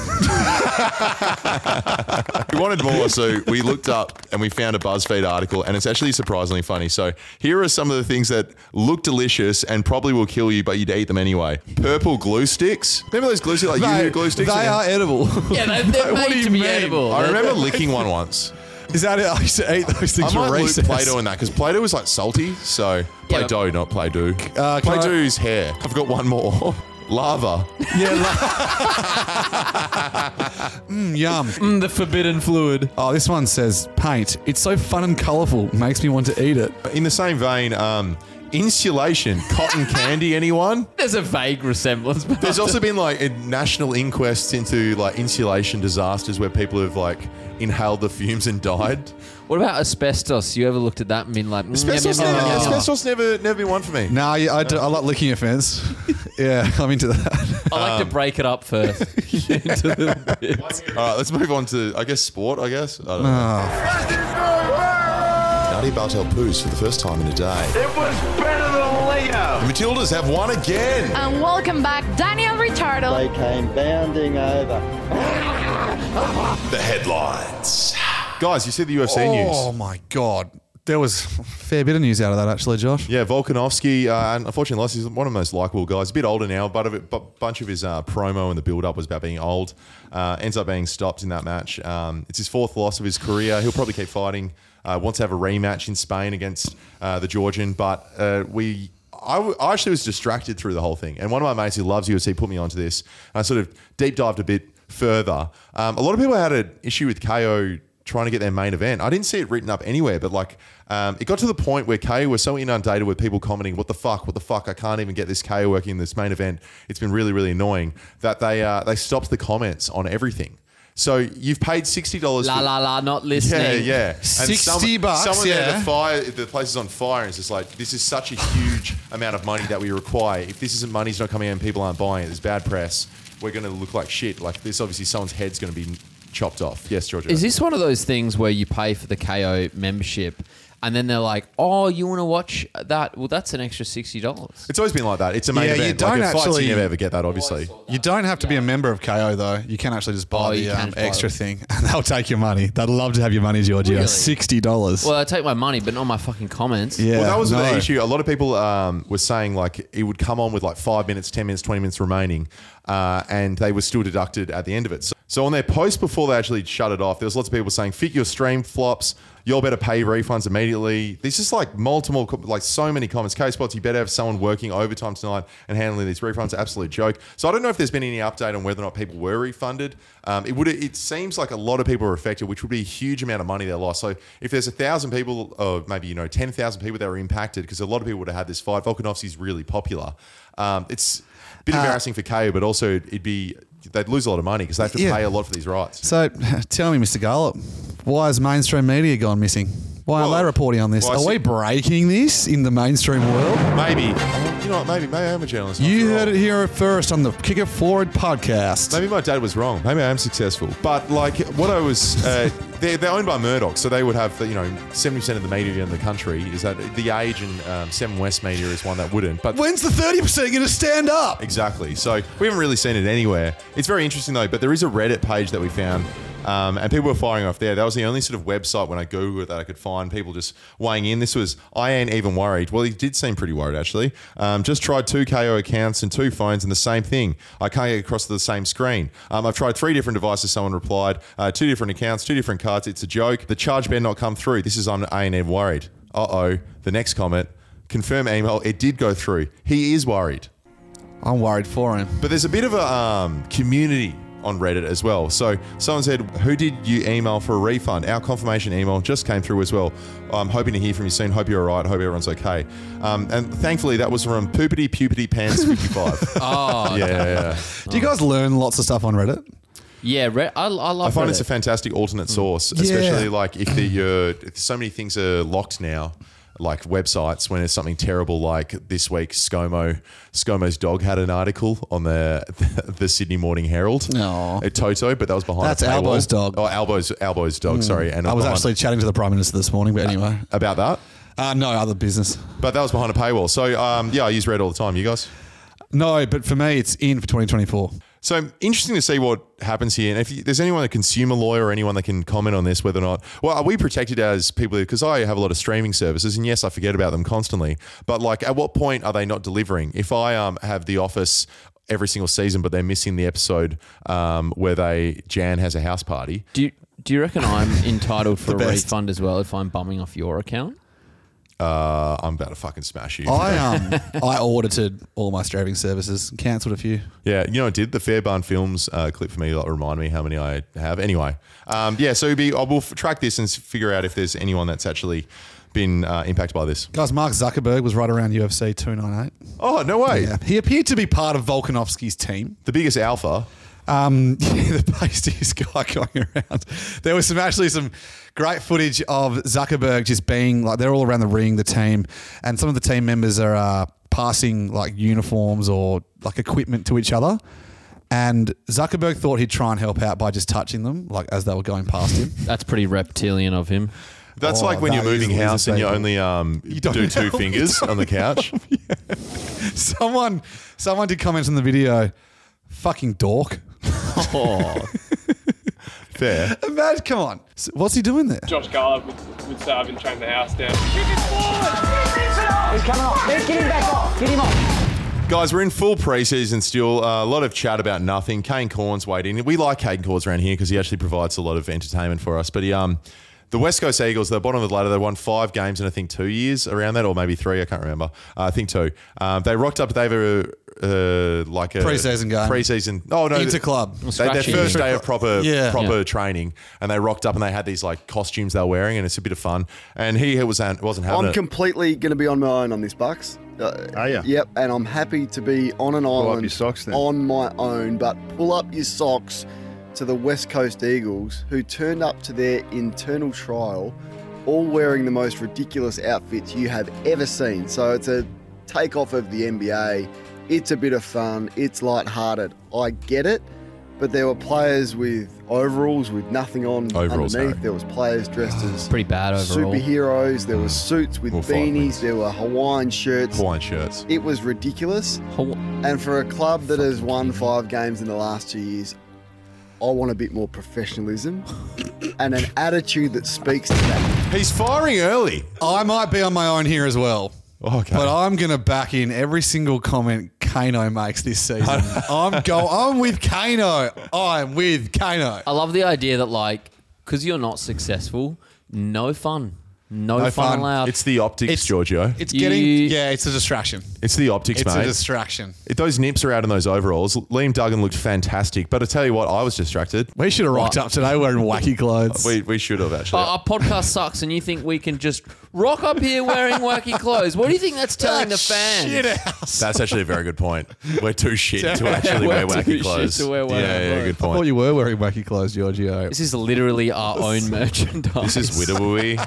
we wanted more, so we looked up and we found a BuzzFeed article, and it's actually surprisingly funny. So here are some of the things that look delicious and probably will kill you, but you'd eat them anyway. Purple glue sticks. Remember those glue sticks? Like you hear glue sticks? they and- are edible. Yeah, they're, they're What do made you to be mean? edible. I remember licking one once. Is that it? I used to eat those things I for might loop recess. Play-Doh in that because Play-Doh was like salty. So Yeah, Play-Doh, not Play-Doh. Uh, can I- Play-Doh's hair. I've got one more. Lava. Yeah. La- mm, yum. Mm, the forbidden fluid. Oh, this one says paint. It's so fun and colourful. Makes me want to eat it. In the same vein, um, insulation, cotton candy, anyone? There's a vague resemblance. But There's also been like a national inquests into like insulation disasters where people have like inhaled the fumes and died. what about asbestos? You ever looked at that and been like, mm, yum, Asbestos, yum, never, yum, yum, yum. asbestos never, never been one for me. Nah, yeah, I, do, I like licking your fence. yeah, I'm into that. I like Um, to break it up first. Into the bits. All right, let's move on to I guess sport. I guess I don't know. Nutty Bartel poos for the first time in a day. It was better than Leo. The Matildas have won again. And welcome back, Daniel Ricciardo. came bounding over. The headlines, guys. You see the UFC Oh news. my god, there was a fair bit of news out of that actually, Josh. Yeah, Volkanovski, uh, unfortunately, lost. He's one of the most likable guys. A bit older now, but a bit, bu- bunch of his uh, promo and the build up was about being old. Uh, ends up being stopped in that match. Um, it's his fourth loss of his career. He'll probably keep fighting. Uh, wants to have a rematch in Spain against uh, the Georgian, but uh, we. I, w- I actually was distracted through the whole thing. And one of my mates who loves UFC put me onto this. I sort of deep dived a bit further. Um, a lot of people had an issue with KO trying to get their main event. I didn't see it written up anywhere, but like um, it got to the point where KO was so inundated with people commenting, "What the fuck? What the fuck? I can't even get this KO working in this main event. It's been really, really annoying." That they uh, they stopped the comments on everything. So you've paid sixty dollars. La la la, not listening. Yeah, yeah. And 60 bucks, Someone there, yeah. the fire, the place is on fire, and it's just like this is such a huge amount of money that we require. If this isn't money's not coming in, people aren't buying it. There's bad press. We're going to look like shit. Like this, obviously, someone's head's going to be chopped off. Yes, Georgia. Is this one of those things where you pay for the KO membership and then they're like, oh, you want to watch that? Well, that's an extra $60. It's always been like that. It's a main Yeah, you event. don't like, a fight, actually- you never ever get that, obviously. You don't have to be a member of KO though. You can actually just buy Oh, you the can um, just buy extra it. thing, and they'll take your money. They'd love to have your money, Georgia. Really? Sixty dollars. Well, I take my money, but not my fucking comments. yeah, well, that was no. the issue. A lot of people um, were saying like it would come on with like five minutes, ten minutes, twenty minutes remaining, uh, and they were still deducted at the end of it. So, so on their post before they actually shut it off, there was lots of people saying, "Fit your stream flops. You'll better pay refunds immediately." There's just like multiple, com- like so many comments. K spots. You better have someone working overtime tonight and handling these refunds. Absolute joke. So I don't know if there's been any update on whether or not people were refunded. Um, it would. It seems like a lot of people are affected, which would be a huge amount of money they lost. So if there's a thousand people, or maybe you know ten thousand people that were impacted, because a lot of people would have had this fight. Volkanovski's really popular. Um, it's a Uh, bit embarrassing for KO, but also it'd be they'd lose a lot of money because they have to Yeah. pay a lot for these rights. So, tell me, Mr. Gallup, why has mainstream media gone missing? Why Well, are they reporting on this? well, I are we see- breaking this in the mainstream world? Maybe you know, what, maybe maybe I'm a journalist. You after all. heard it here first on the Kick It Forward podcast. Maybe my dad was wrong. Maybe I am successful. But like what I was, uh, they're, they're owned by Murdoch, so they would have the, you know seventy percent of the media in the country is that the Age and um, Seven West media is one that wouldn't. But When's the thirty percent going to stand up? Exactly. So we haven't really seen it anywhere. It's very interesting though, but there is a Reddit page that we found. Um, and people were firing off there. That was the only sort of website when I Googled it that I could find people just weighing in. This was, I ain't even worried. Well, he did seem pretty worried, actually. Um, just tried two KO accounts and two phones and the same thing. I can't get across to the same screen. Um, I've tried three different devices, someone replied. Uh, two different accounts, two different cards. It's a joke. The charge better not come through. This is, I'm, I ain't even worried. Uh oh. The next comment, confirm email. It did go through. He is worried. I'm worried for him. But there's a bit of a um, community on Reddit as well. So someone said, "Who did you email for a refund?" Our confirmation email just came through as well. I'm hoping to hear from you soon. Hope you're all right. Hope everyone's okay. Um, and thankfully, that was from Poopity Pupity Pants 55. Oh, yeah, yeah, yeah. Do you guys learn lots of stuff on Reddit? yeah. Re- I, I love I find Reddit. it's a fantastic Mm. alternate source, especially like if the your if so many things are locked now. Like websites, when it's something terrible, like this week, ScoMo, ScoMo's dog had an article on the the Sydney Morning Herald, Aw. at Toto, but that was behind. That's a paywall. Albo's dog. Mm. Oh, Albo's Albo's dog. Sorry, and I was behind- actually chatting to the Prime Minister this morning, but anyway. about that, Uh, no, other business. but that was behind a paywall. So um, yeah, I use Red all the time. You guys. No, but for me, it's in for 2024. So interesting to see what happens here. And if you, there's anyone, a consumer lawyer or anyone that can comment on this, whether or not, well, are we protected as people? Because I have a lot of streaming services, and yes, I forget about them constantly. But like, at what point are they not delivering? If I um, have The Office every single season, but they're missing the episode um, where they Jan has a house party. do, you, do you reckon I'm entitled for a best. refund as well if I'm bumming off your account? Uh, I'm about to fucking smash you. I um I audited all my streaming services, cancelled a few. Yeah, you know, I did the Fairbairn Films uh, clip for me. Like, remind me how many I have. Anyway, um, yeah. So be, I will f- track this and s- figure out if there's anyone that's actually been uh, impacted by this. Guys, Mark Zuckerberg was right around UFC 298. Oh no way! Yeah, he appeared to be part of Volkanovski's team. The biggest alpha. Um, yeah, the pasties guy going around. There was some actually some great footage of Zuckerberg just being like they're all around the ring, the team, and some of the team members are uh, passing like uniforms or like equipment to each other. And Zuckerberg thought he'd try and help out by just touching them, like as they were going past him. That's pretty reptilian of him. That's Oh, like when that you're moving is a house and you lizard only um, don't do two know. You fingers on the couch. someone, someone did comment on the video, "Fucking dork." Oh, Fair. Imagine, come on, S- what's he doing there? Josh Garland would, would say I've been training the house down. He's coming off. Get him back off. Get him off. Guys, we're in full preseason still. Uh, a lot of chat about nothing. Kane Corns weighed in. We like Kane Corns around here because he actually provides a lot of entertainment for us. But he, um, the West Coast Eagles, they're bottom of the ladder. They won five games in I think two years around that, or maybe three. I can't remember. Uh, I think two. Um, they rocked up. They were uh, like a Preseason game. Preseason. Oh no, Inter-club. They, their first day of proper Yeah. proper Yeah. training, and they rocked up and they had these like costumes they were wearing, and it's a bit of fun. And he was wasn't I'm having it. completely going to be on my own on this, Bucks. Uh, Are you? Yep, and I'm happy to be on an up island your socks then. on my own, but pull up your socks to the West Coast Eagles, who turned up to their internal trial all wearing the most ridiculous outfits you have ever seen. So it's a takeoff of the NBA. It's a bit of fun. It's lighthearted. I get it, but there were players with overalls with nothing on Overalls, underneath. Harry. There was players dressed as pretty bad overall. superheroes. There were suits with Well, five beanies. There were Hawaiian shirts. Hawaiian shirts. It was ridiculous. And for a club that has won five games in the last two years, I want a bit more professionalism and an attitude that speaks to that. He's firing early. I might be on my own here as well. Okay. But I'm going to back in every single comment Kano makes this season. I'm go. I'm with Kano. I'm with Kano. I love the idea that like because you're not successful, no fun, no, No fun, fun. allowed. It's the optics, Giorgio. It's You- getting yeah. It's a distraction. It's the optics, It's mate. a distraction. If those nips are out in those overalls, Liam Duggan looked fantastic. But I tell you what, I was distracted. We should have rocked up today wearing wacky clothes. We, we should have actually. Our, our podcast sucks, and you think we can just rock up here wearing wacky clothes? What do you think that's Ah, telling the fans? That's actually a very good point. We're too shit to Yeah, actually wear we're too wacky shit clothes. to wear wacky yeah, yeah, clothes. good I thought point. you were wearing wacky clothes, Giorgio. This is literally our own merchandise. This is Widowee,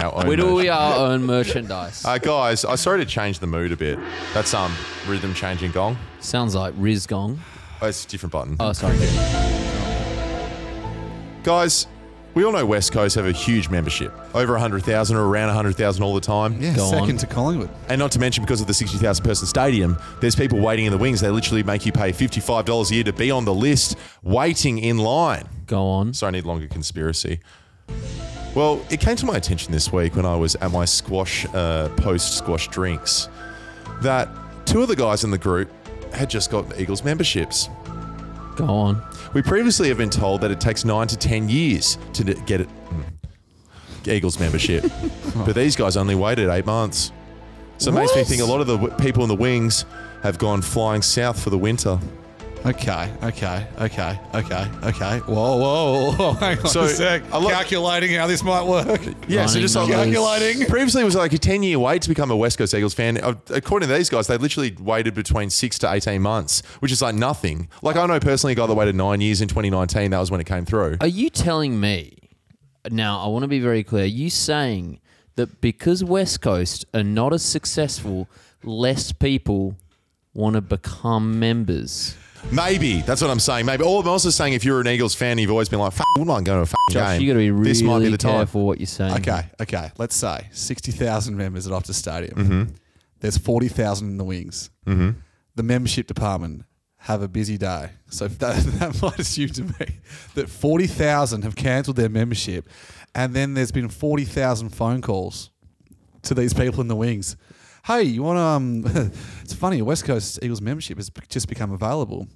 our own. We do we version. our own merchandise. Uh, guys, I sorry to change the mood a bit. That's um rhythm changing gong. Sounds like Riz Gong. Oh, it's a different button. Oh, sorry. Guys, we all know West Coast have a huge membership, over 100,000 or around 100,000 all the time. Yeah, second to Collingwood. And not to mention, because of the 60,000 person stadium, there's people waiting in the wings. They literally make you pay $55 a year to be on the list, waiting in line. Go on. So I need longer conspiracy. Well, it came to my attention this week when I was at my squash, uh, post squash drinks, that two of the guys in the group had just got Eagles memberships. Go on. We previously have been told that it takes nine to 10 years to n- get it. mm, Eagles membership. but these guys only waited eight months. So it makes me What? think a lot of the w- people in the wings have gone flying south for the winter. Okay, okay, okay, okay, okay. Whoa, whoa, whoa. Hang on So, a sec. Calculating how this might work. Yeah, so just like calculating. Previously, it was like a 10 year wait to become a West Coast Eagles fan. Uh, According to these guys, they literally waited between six to 18 months, which is like nothing. Like, I know personally a guy that waited nine years in 2019. That was when it came through. Are you telling me? Now, I want to be very clear. Are you saying that because West Coast are not as successful, less people want to become members? Maybe. That's what I'm saying. Maybe. All I'm also saying, if you're an Eagles fan, you've always been like, F- I wouldn't mind going to a f- Josh, game. you got to be really this might be the time. careful what you're saying. Okay, okay. Let's say 60,000 members at Optus Stadium. Mm-hmm. There's 40,000 in the wings. Mhm. The membership department have a busy day. So if that, that might assume to me that 40,000 have cancelled their membership. And then there's been 40,000 phone calls to these people in the wings. Hey, you want to? Um, it's funny, West Coast Eagles membership has be- just become available.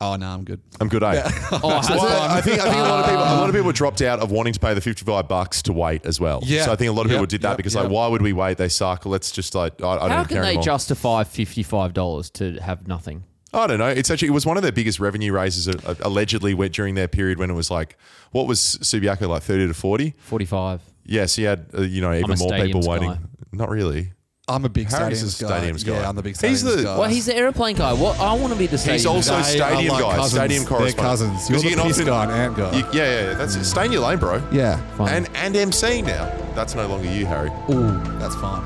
Oh no, I'm good. I'm good, eh? Yeah. Oh, Well, That's fine. I think I think a lot of people a lot of people dropped out of wanting to pay the 55 bucks to wait as well. Yeah. So I think a lot of Yep, people did that yep, because yep. like, why would we wait? They suck. Let's just like I, I How don't care can they anymore. justify fifty-five dollars to have nothing? I don't know. It's actually it was one of their biggest revenue raises uh, allegedly where, during their period when it was like what was Subiaco like 30 to 40? 45. Yeah, so you had uh, you know a even more people stadiums waiting. guy. Not really. I'm a big Harry's stadiums a guy. stadiums guy. Yeah, I'm the big He's stadiums the- guy. Well, he's the airplane guy. What I want to be the stadium. He's also guy. stadium like guy, uh, cousins. stadium They're correspondent. cousins. Because You're you the can piss often- guy and ant guy. You- yeah, yeah, that's it. Stay in your lane, bro. Yeah. And and MC now. That's no longer you, Harry. Ooh, that's fine.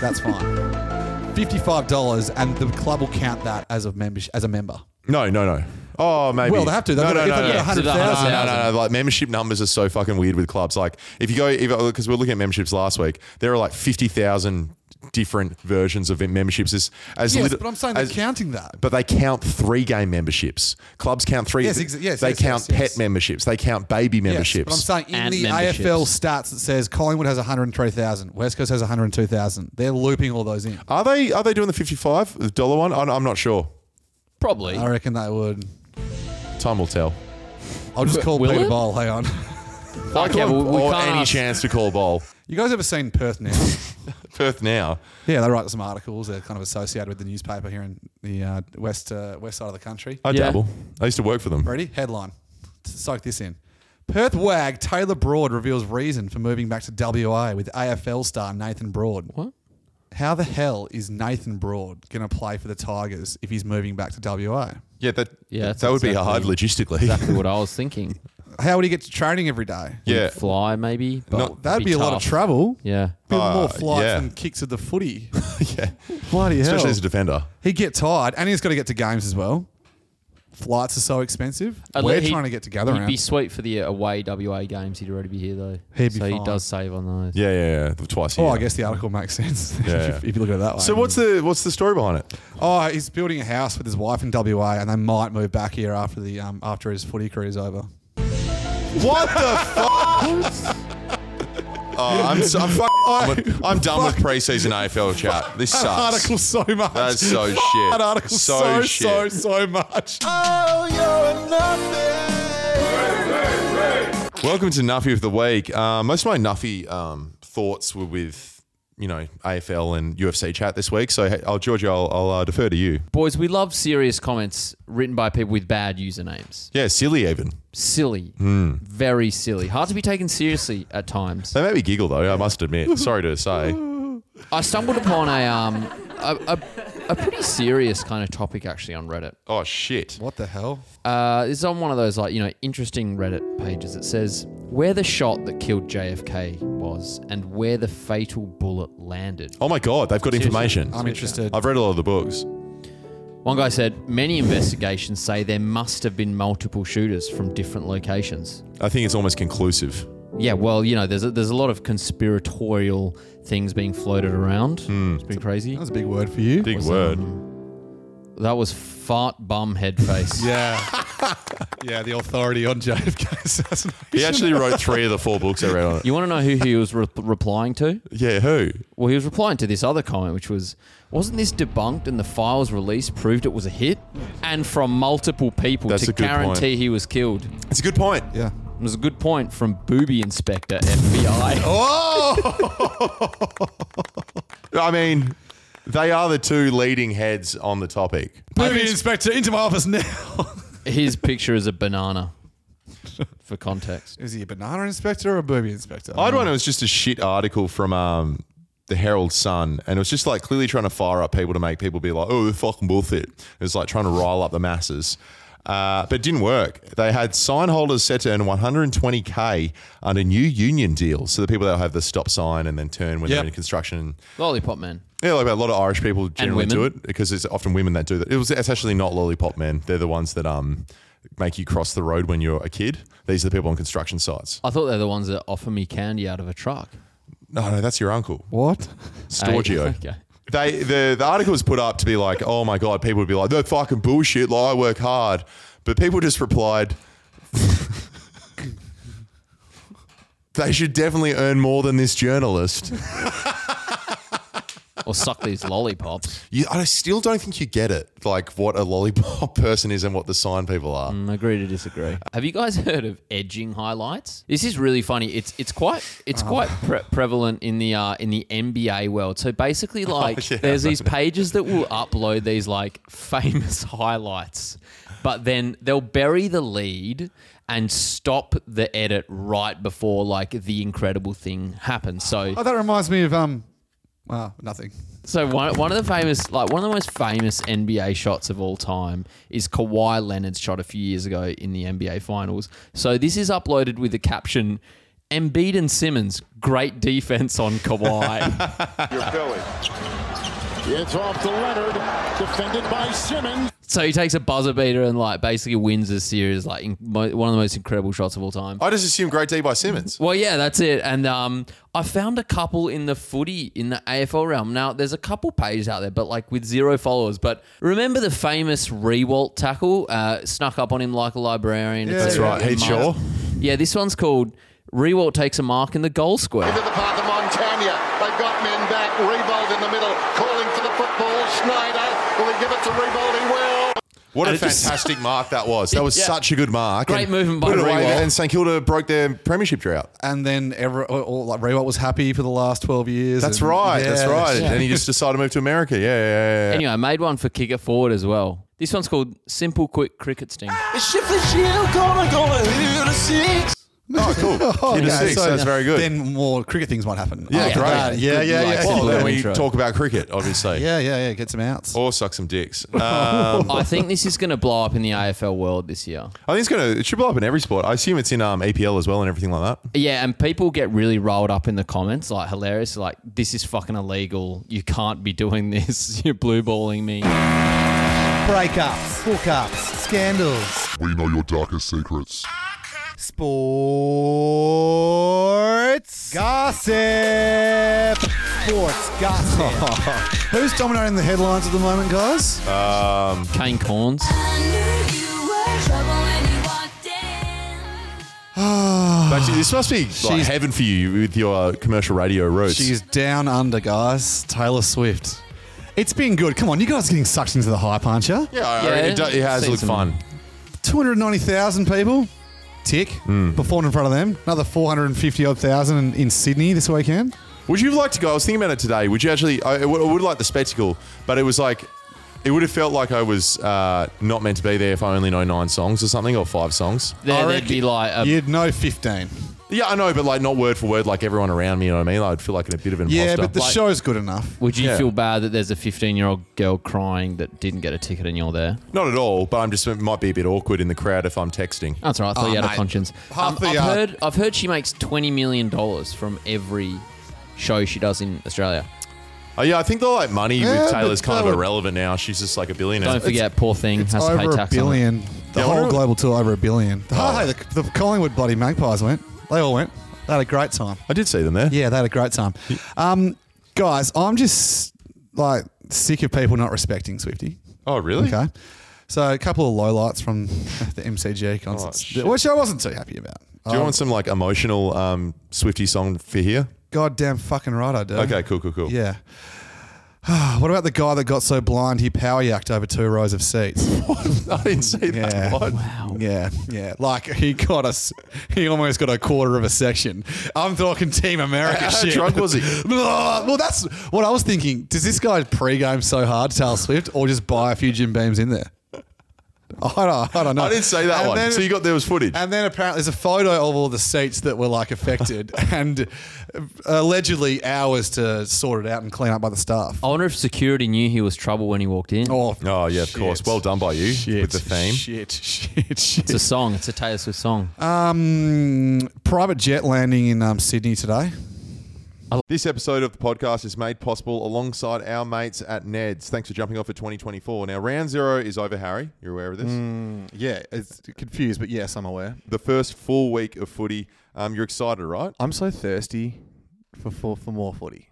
That's fine. Fifty-five dollars, and the club will count that as a member. As a member, No, no, no. Oh, maybe. Well, they have to. They've no, got- no, if no, they've got no. 100,000. No, no, no. Like membership numbers are so fucking weird with clubs. Like if you go, because we are looking at memberships last week, there are like fifty thousand different versions of memberships. As, as yes, little- but I'm saying they're as- counting that. But they count three game memberships. Clubs count three. Yes, exa- yes, they yes, count yes, pet yes. memberships. They count baby memberships. Yes, but I'm saying in And the memberships. AFL stats, it says Collingwood has 103,000, West Coast has 102,000. They're looping all those in. are they are they doing the fifty five dollar one? I'm, I'm not sure. Probably. I reckon they would. Time will tell. I'll just call Will Peter it? Bowl. Hang on. Fuck yeah, we, we or can't. any chance to call a bowl. You guys ever seen Perth now? Perth now. yeah, they write some articles. They're kind of associated with the newspaper here in the uh, west uh, west side of the country. I Yeah. dabble. I used to work for them. Ready? Headline. Soak this in. Perth wag Taylor Broad reveals reason for moving back to WA with AFL star Nathan Broad. What? How the hell is Nathan Broad going to play for the Tigers if he's moving back to WA? Yeah, that Yeah, that's that would be exactly- hard logistically. Exactly what I was thinking. How would he get to training every day? Yeah, We'd Fly maybe. But No, it'd That'd be, a lot of tough. trouble. Yeah. Be Uh, more flights yeah. and kicks of the footy. yeah. Bloody hell. Especially as a defender. He'd get tired and he's got to get to games as well. Flights are so expensive. I'd We're let- he'd- trying to get together He'd around. be sweet for the uh, away WA games. He'd already be here though. He'd be so fine. he does save on those. Yeah, yeah, yeah. Twice a oh, year. I guess the article makes sense Yeah, if, yeah. you- if you look at it that way. So what's the what's the story behind it? Oh, he's building a house with his wife in WA, and they might move back here after the um, after his footy career is over. What the fuck? Oh, I'm so, I'm, fucking, I'm done with preseason AFL chat. This That sucks. article so much. That's so shit. That article So so shit. so so much. Oh, Welcome to Nuffy of the Week. Uh, most of my Nuffy um, thoughts were with you know AFL and UFC chat this week. So hey, I'll Georgia, I'll, I'll uh, defer to you. Boys, we love serious comments written by people with bad usernames. Yeah, silly even. Silly. Hmm. Very silly. Hard to be taken seriously at times. They made me giggle though. I must admit. Sorry to say. I stumbled upon a um a, a, a pretty serious kind of topic actually on Reddit. Oh shit. What the hell? Uh, it's on one of those like you know interesting Reddit pages. It says where the shot that killed JFK was and where the fatal bullet landed. Oh my god, they've got information. I'm interested. I've read a lot of the books. One guy said many investigations say there must have been multiple shooters from different locations. I think it's almost conclusive. Yeah, well, you know, there's a, there's a lot of conspiratorial things being floated around. Hmm. It's been crazy. That was a big word for you. Big word. That was fart bum head face. Yeah. yeah, the authority on JFK's assassination. He actually wrote three of the four books I read on it. You want to know who he was re- replying to? Yeah, who? Well, he was replying to this other comment, which was, "Wasn't this debunked and the files released proved it was a hit, and from multiple people That's to a good point. guarantee he was killed." It's a good point. Yeah. It was a good point from Booby Inspector FBI. Oh! I mean, they are the two leading heads on the topic. Movie inspector into my office now. His picture is a banana, for context. Is he a banana inspector or a booby inspector? I'd one it was just a shit article from um, the Herald Sun, and it was just like clearly trying to fire up people to make people be like, "Oh, they're fucking bullshit." It was like trying to rile up the masses, uh, but it didn't work. They had sign holders set to earn 120k under new union deals, so the people that have the stop sign and then turn when Yep. they're in construction. Lollipop man. Yeah, like a lot of Irish people generally women. do it because it's often women that do that. It was it's actually not lollipop men; they're the ones that um make you cross the road when you're a kid. These are the people on construction sites. I thought they're the ones that offer me candy out of a truck. No, no, that's your uncle. What? Storgio. Hey, Eh? Ah, okay. They the, the article was put up to be like, oh my god, people would be like, they're fucking bullshit. Like I work hard, but people just replied, they should definitely earn more than this journalist. or suck these lollipops. You, I still don't think you get it, like what a lollipop person is and what the sign people are. Mm, agree to disagree. Have you guys heard of edging highlights? This is really funny. It's it's quite it's quite pre- prevalent in the uh, in the NBA world. So basically, like yeah, there's I these pages that will upload these like famous highlights, but then they'll bury the lead and stop the edit right before like the incredible thing happens. So Oh, that reminds me of um, uh, nothing. so one, one of the famous, like one of the most famous NBA shots of all time is Kawhi Leonard's shot a few years ago in the NBA Finals. So this is uploaded with the caption, "Embiid and Simmons, great defense on Kawhi." You're Philly. It's off to Leonard, defended by Simmons. so he takes a buzzer beater and like basically wins the series, like in, mo- one of the most incredible shots of all time. I just assume great D by Simmons. Well, yeah, that's it. And um, I found a couple in the footy in the AFL realm. Now, there's a couple pages out there, but like with zero followers. But remember the famous Rewalt tackle? Uh, snuck up on him like a librarian. Yeah, That's right. Heath Mark- Shaw. Yeah, this one's called Rewalt takes a mark in the goal square. Into the path of Montagna. They've got men back. Rebold in the middle, calling for the football. Schneider, will he give it to Rebold? He will. What a And it just- fantastic mark that was. That was Yeah. such a good mark. Great And movement by put it away Rewalt. there, And St Kilda broke their premiership drought. And then every, all- all, like Raywalt was happy for the last twelve years. That's and- right. Yeah, That's right. And he just decided to move to America. Yeah, yeah, yeah. yeah. Anyway, I made one for kicker forward as well. This one's called Simple Quick Cricket Sting. Oh, cool. Kid of Okay, six. so That's very good. Then more cricket things might happen. yeah, after great. that. Yeah, Good, yeah, like, yeah. Well, then simple we intro. talk about cricket, obviously. yeah, yeah, yeah. Get some outs. Or suck some dicks. Um, I think this is going to blow up in the AFL world this year. I think it's gonna it should blow up in every sport. I assume it's in um, APL as well and everything like that. Yeah, and people get really rolled up in the comments, like hilarious, like this is fucking illegal. You can't be doing this. You're blue balling me. Breakups, hookups, scandals. We know your darkest secrets. Sports gossip. Sports gossip. Who's dominating the headlines at the moment, guys? Um, Kane Corns. but actually, this must be like She's- heaven for you with your uh, commercial radio roots. She's down under, guys. Taylor Swift. It's been good. Come on, you guys are getting sucked into the hype, aren't you? yeah, I- I- Yeah, it, do- it has seen looked some- fun. 290,000 people. Tick. Performed in front of them. Another 450 odd thousand in Sydney this weekend. Would you like to go? I was thinking about it today. Would you actually? I, I would, I would like the spectacle, but it was like, it would have felt like I was uh, not meant to be there if I only know nine songs or something or five songs. There, I would be reckon like a, You'd know 15. Yeah, I know, but like not word for word, like everyone around me. You know what I mean? I'd feel like a bit of an Yeah, imposter. but the Like, show's good enough. would you Yeah. feel bad that there's a 15 year old girl crying that didn't get a ticket and you're there? not at all. But I'm just it might be a bit awkward in the crowd if I'm texting. That's all right. I thought Oh, you had a mate. conscience. Um, Half the, I've uh, heard. I've heard she makes 20 million dollars from every show she does in Australia. Oh yeah, I think the like money Yeah, with Taylor's but kind that of would- irrelevant now. She's just like a billionaire. Don't forget, poor thing has to pay Over a tax on it. billion. The Yeah, I whole wonder- global tour over a billion. Oh. Hey, the, the Collingwood bloody Magpies went. They all went. They had a great time. I did see them there. Yeah, they had a great time. Um, guys, I'm just like sick of people not respecting Swifty. Oh really? Okay. So a couple of lowlights from the MCG concerts, shit. which I wasn't too happy about. Um, Do you want some like emotional um, Swifty song for here? Goddamn fucking right, I do. Okay, cool, cool, cool. Yeah. what about the guy that got so blind he power yacked over two rows of seats? I didn't see Yeah. that. one. Yeah, yeah. Like he got us. He almost got a quarter of a section. I'm talking Team America. How shit. drunk was he? well, that's what I was thinking. Does this guy pre-game so hard, Taylor Swift, or just buy a few Jim Beams in there? I don't, I don't know. I didn't say that And one. then- so you got there was footage. and then apparently there's a photo of all the seats that were like affected, and allegedly hours to sort it out and clean up by the staff. I wonder if security knew he was trouble when he walked in. Oh, oh yeah, of shit. course. Well done by you with the theme. Shit, shit, It's shit. Uh, a song. It's a Taylor Swift song. Um, private jet landing in um, Sydney today. This episode of the podcast is made possible alongside our mates at Ned's. Thanks for jumping off for 2024. Now, round zero is over, Harry. You're aware of this? Mm. Yeah, it's confused, but yes, I'm aware. The first full week of footy. Um, you're excited, right? I'm so thirsty for for, for more footy.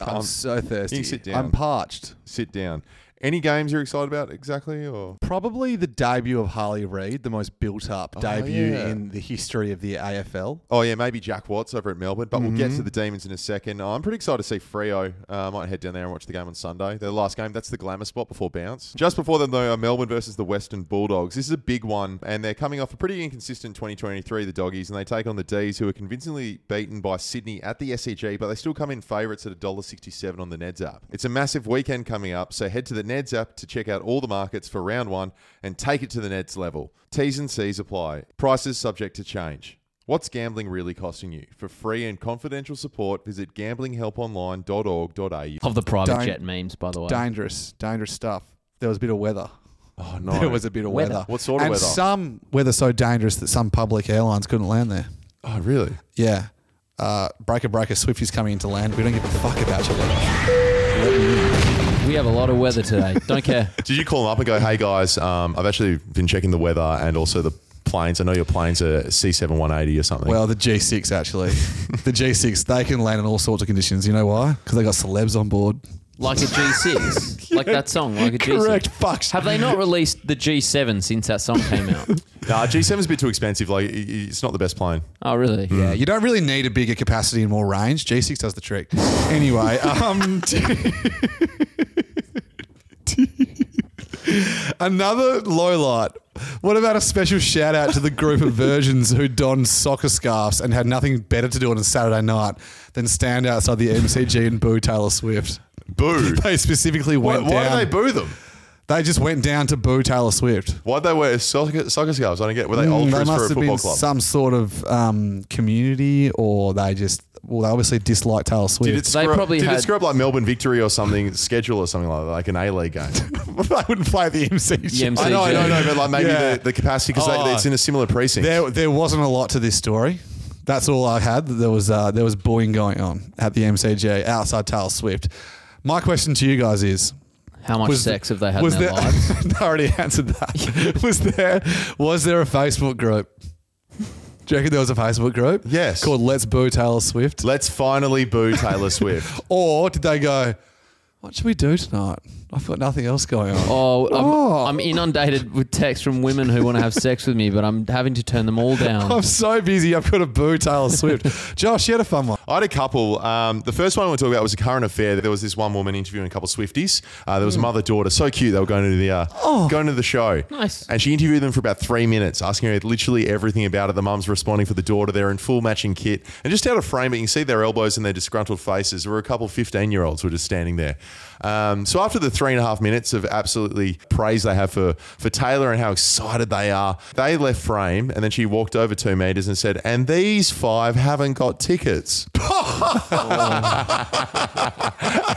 I'm Um, so thirsty. sit down. I'm parched. Sit down. Any games you're excited about exactly? Or Probably the debut of Harley Reid, the most built up Oh, debut yeah. in the history of the AFL. oh yeah, maybe Jack Watts over at Melbourne. But we'll get Mhm. to the Demons in a second. Oh, I'm pretty excited to see Frio. Uh, I might head down there and watch the game on Sunday. Their last game. That's the glamour spot before bounce. Just before them though, are Melbourne versus the Western Bulldogs. This is a big one, and they're coming off a pretty inconsistent 2023. The Doggies, and they take on the D's, who are convincingly beaten by Sydney at the SEG, but they still come in favourites at $1.67 on the Neds app. It's a massive weekend coming up, so head to the Neds app to check out all the markets for round one and take it to the Neds level. T's and C's apply. Prices subject to change. What's gambling really costing you? For free and confidential support, visit gamblinghelponline.org.au. Oh, Of the private Don't- jet memes, by the way. Dangerous, dangerous stuff. There was a bit of weather. Oh no. There was a bit of weather. What sort of and weather? Some weather so dangerous that some public airlines couldn't land there. Oh, really? Yeah. Uh, breaker, breaker, Swifty's coming into land. We don't give a fuck about your weather. We have a lot of weather today. Don't care. Did you call them up and go, hey guys, um, I've actually been checking the weather and also the planes. I know your planes are C7180 or something. Well, the G6 actually, the G6 they can land in all sorts of conditions. You know why? Because they got celebs on board. Like a G6. like that song, like a G6. Correct, fucks. Have they not released the G7 since that song came out? nah, G7's a bit too expensive. Like, i- i- it's not the best plane. Oh, really? Yeah, you don't really need a bigger capacity and more range. G6 does the trick. Anyway, um, another low light. What about a special shout out to the group of virgins who donned soccer scarves and had nothing better to do on a Saturday night than stand outside the MCG and boo Taylor Swift? Boo. They specifically went why down. did they boo them? They just went down to boo Taylor Swift. Why'd they wear soccer, soccer scarves? I don't get. Were they Mm, ultras must for a have football been club? some sort of um, community, or they just well, they obviously dislike Taylor Swift. Did it screw, They up- probably did it had- screw up like Melbourne Victory or something schedule or something like that, like an A League game? I wouldn't play the MCG. The MCG. I know, I know, I know, but like maybe Yeah. the, the capacity because Oh. it's in a similar precinct. There, there wasn't a lot to this story. That's all I had. There was uh, there was booing going on at the MCG outside Taylor Swift. My question to you guys is: How much was- sex have they had in was their there- lives? I already answered that. was there was there a Facebook group? Do you reckon there was a Facebook group? Yes. Called Let's Boo Taylor Swift. Let's finally boo Taylor Swift. Or did they go, what should we do tonight? I've got nothing else going on. Oh, I'm, Oh. I'm inundated with texts from women who want to have sex with me, but I'm having to turn them all down. I'm so busy. I've got to boo Taylor Swift. Josh, you had a fun one. I had a couple. Um, the first one I want to talk about was a current affair. There was this one woman interviewing a couple Swifties. Uh, there was Hmm. mother daughter, so cute. They were going to the uh, Oh. going to the show. Nice. And she interviewed them for about three minutes, asking her literally everything about it. The mum's responding for the daughter. They're in full matching kit and just out of frame, but you can see their elbows and their disgruntled faces. There were a couple 15 year olds who were just standing there. Um, so after the three and a half minutes of absolutely praise they have for, for Taylor and how excited they are, they left frame and then she walked over two meters and said, And these five haven't got tickets.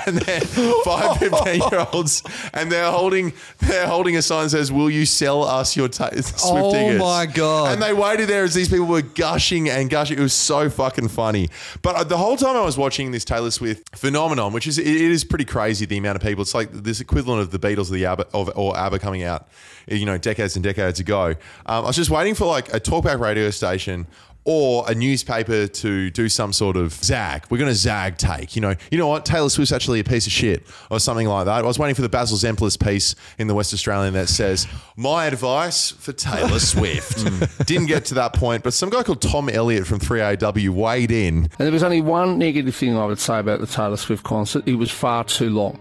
and they're five 15 year olds and they're holding they're holding a sign that says will you sell us your ta swift Oh tickets my God. and they waited there as these people were gushing and gushing it was so fucking funny but uh, the whole time i was watching this taylor swift phenomenon which is it it is pretty crazy the amount of people it's like this equivalent of the beatles or the abba of, or abba coming out you know decades and decades ago um, i was just waiting for like a talkback radio station or a newspaper to do some sort of zag. We're going to zag take. You know, you know what? Taylor Swift's actually a piece of shit or something like that. I was waiting for the Basil Zemplis piece in the West Australian that says, My advice for Taylor Swift. Hmm. Didn't get to that point, but some guy called Tom Elliott from 3AW weighed in. And there was only one negative thing I would say about the Taylor Swift concert. It was far too long.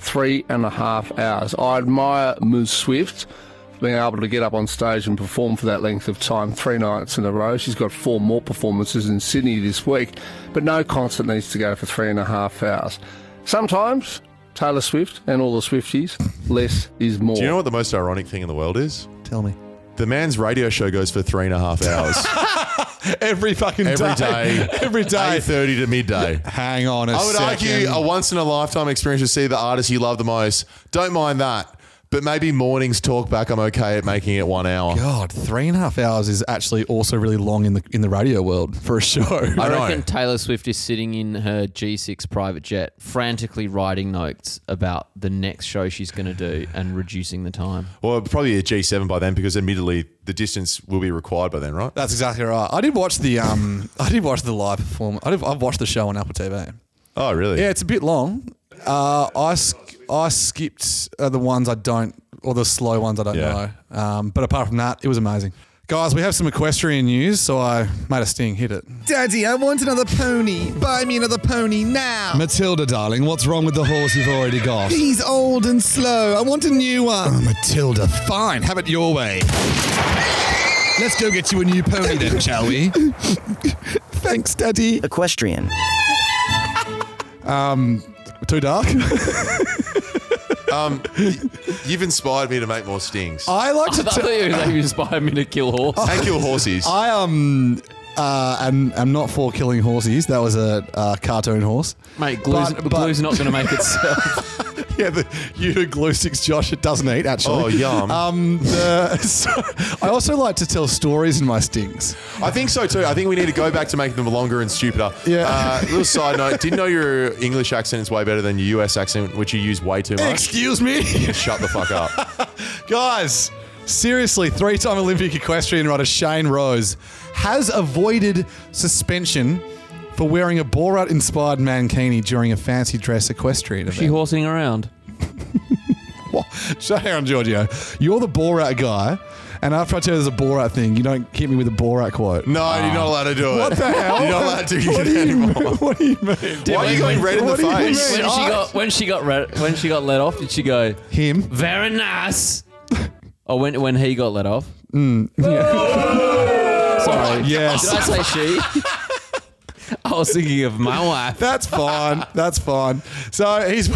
Three and a half hours. I admire Ms. Swift for being able to get up on stage and perform for that length of time, three nights in a row. She's got four more performances in Sydney this week, but no concert needs to go for three and a half hours. Sometimes, Taylor Swift and all the Swifties, less is more. Do you know what the most ironic thing in the world is? Tell me. The man's radio show goes for three and a half hours Every fucking every day. day, Every day. 8.30 to midday. Hang on a I would second. argue a once in a lifetime experience to see the artist you love the most. Don't mind that. But maybe mornings talk back, I'm okay at making it one hour. God, three and a half hours is actually also really long in the in the radio world for a show. I reckon Taylor Swift is sitting in her G6 private jet, frantically writing notes about the next show she's going to do and reducing the time. Well, probably a G7 by then because admittedly the distance will be required by then, right? That's exactly right. I did watch the um, I did watch the live performance. I did, I've watched the show on Apple TV. Oh, really? Yeah, it's a bit long. Uh, I sk- I skipped uh, the ones I don't, or the slow ones I don't Yeah. know. Um, but apart from that, it was amazing. Guys, we have some equestrian news, so I made a sting. Hit it. Daddy, I want another pony. Buy me another pony now. Matilda, darling, what's wrong with the horse you've already got? Oh, He's old and slow. I want a new one. Matilda, fine, have it your way. Let's go get you a new pony then, shall we? Thanks, Daddy. Equestrian. Um, too dark. Um, y- you've inspired me to make more stings. I like to I thought tell you were- you inspired me to kill Oh. horses. I kill horses. I um uh am, am not for killing horses. That was a uh, cartoon horse. Mate, glue's, But- but- glue's not going to make itself. yeah, the you glue sticks, Josh. It doesn't eat actually. Oh, yum. Um, the, so, I also like to tell stories in my stings. I think so too. I think we need to go back to making them longer and stupider. Yeah. Uh, little side note: Didn't know your English accent is way better than your US accent, which you use way too much. Excuse me, Shut the fuck up. guys. Seriously, three-time Olympic equestrian rider Shane Rose has avoided suspension for wearing a Borat-inspired mankini during a fancy dress equestrian event. she horsing around. What? So hang on, Giorgio. You're the Borat guy, and after I tell you there's a Borat thing, you don't hit me with a Borat quote. No, you're not allowed to do it. What the hell? You're not allowed to do What it do you anymore. What do you mean? Why are you going red in the What do you face? When she got when she got re- when she got let off, did she go him? Very nice. oh, when when he got let off. Sorry. Yes. Did I say she? I was thinking of my wife. That's fine. That's fine. So he's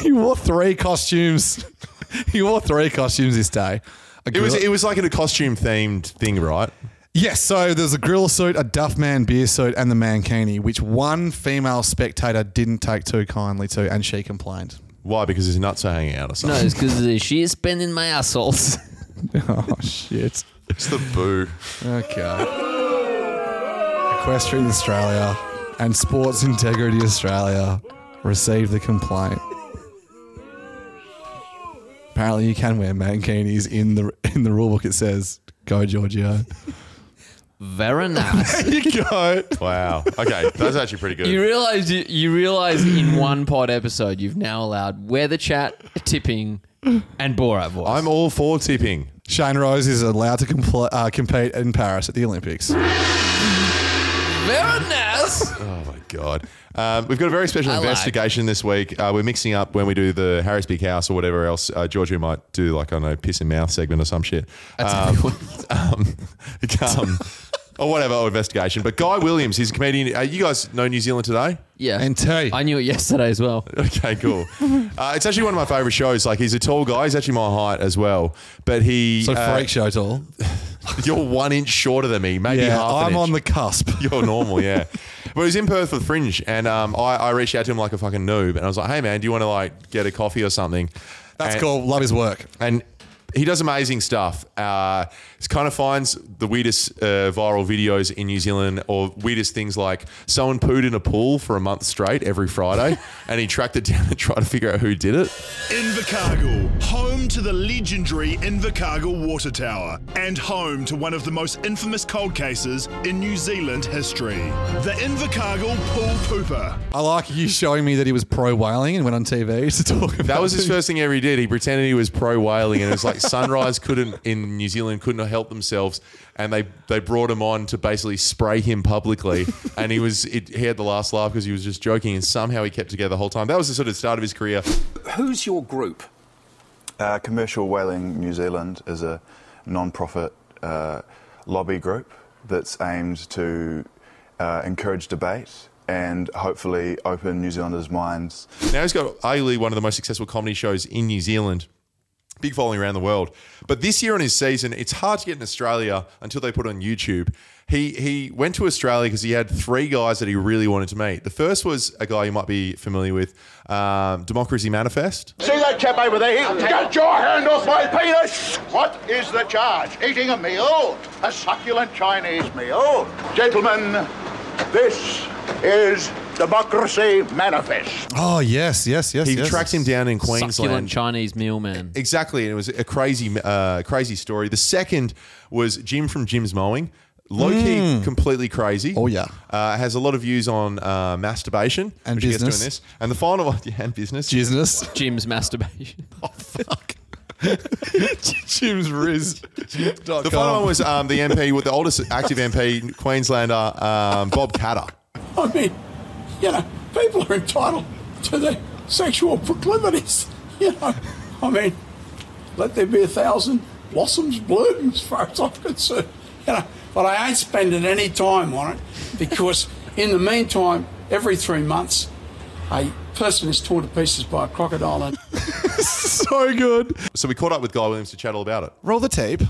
he wore three costumes. he wore three costumes this day. A It was gorilla- it was like a costume themed thing, right? Yes, so there's a grill suit, a Duff Man beer suit, and the Mankini, which one female spectator didn't take too kindly to, and she complained. Why? Because his nuts are hanging out or No, something. it's because she is spending my assholes. oh shit! It's the boo. Okay. Equestrian Australia and Sports Integrity Australia received the complaint. Apparently, you can wear mankinis in the in the rulebook. It says, "Go Giorgio." Very nice. there you go. Wow. Okay, that's actually pretty good. You realize you, you realize in one pod episode you've now allowed weather chat, tipping, and Borat voice. I'm all for tipping. Shane Rose is allowed to compl- uh, compete in Paris at the Olympics. Very nice. Oh my god. Um, we've got a very special I like. investigation this week. Uh, we're mixing up when we do the Harris Big House or whatever else. Uh, Georgia might do like I don't know piss and mouth segment or some shit. Um, um, um, or whatever or investigation. But Guy Williams, he's a comedian. Uh, you guguys know New Zealand today? yeah. And T. I knew it yesterday as well. Okay, cool. Uh, it's actually one of my favorite shows. Like he's a tall guy. He's actually my height as well. But he So uh, freak show tall. You're one inch shorter than me, maybe Yeah, half. An I'm inch. on the cusp. You're normal, yeah. but he was in Perth for the Fringe, and um, I, I reached out to him like a fucking noob, and I was like, "Hey, man, do you want to like get a coffee or something?" That's And- cool. Love his work. and he does amazing stuff. Uh, he kind of finds the weirdest uh, viral videos in New Zealand or weirdest things like someone pooed in a pool for a month straight every Friday, and he tracked it down and tried to figure out who did it. Invercargill, home to the legendary Invercargill Water Tower and home to one of the most infamous cold cases in New Zealand history. The Invercargill Pool Pooper. I like you showing me that he was pro whaling and went on TV to talk about That was his it. first thing ever he did. He pretended he was pro whaling, and it was like Sunrise couldn't in New Zealand couldn't help themselves, and they they brought him on to basically spray him publicly, and he was it, he had the last laugh because he was just joking, and somehow he kept together the whole time. That was the sort of start of his career. Who's your group? Uh, Commercial Whaling New Zealand is a non profit uh, lobby group that's aimed to uh, encourage debate and hopefully open New Zealanders' minds. Now he's got arguably one of the most successful comedy shows in New Zealand. Big following around the world. But this year on his season, it's hard to get in Australia until they put it on YouTube. He he went to Australia because he had three guys that he really wanted to meet. The first was a guy you might be familiar with, um, Democracy Manifest. See that chap over there? Get your hand off my penis! What is the charge? Eating a meal? A succulent Chinese meal? Gentlemen, this is Democracy Manifest. Oh yes, yes, yes. He yes. tracks him down in Succulent Queensland. Chinese meal man. Exactly, and it was a crazy, uh, crazy story. The second was Jim from Jim's Mowing. Low key, Mm. completely crazy. Oh yeah, uh, has a lot of views on uh, masturbation and business. doing this. And the final one, yeah, and business, business, Jim's masturbation. Oh fuck. Jim's Riz. The final one was um, the MP with the oldest active MP, Queenslander um, Bob Catter. I mean, you know, people are entitled to their sexual proclivities. You know, I mean, let there be a thousand blossoms bloom as far as I'm concerned. You know, but I ain't spending any time on it because in the meantime, every three months, a person is torn to pieces by a crocodile and so good. So we caught up with Guy Williams to chat all about it. Roll the tape.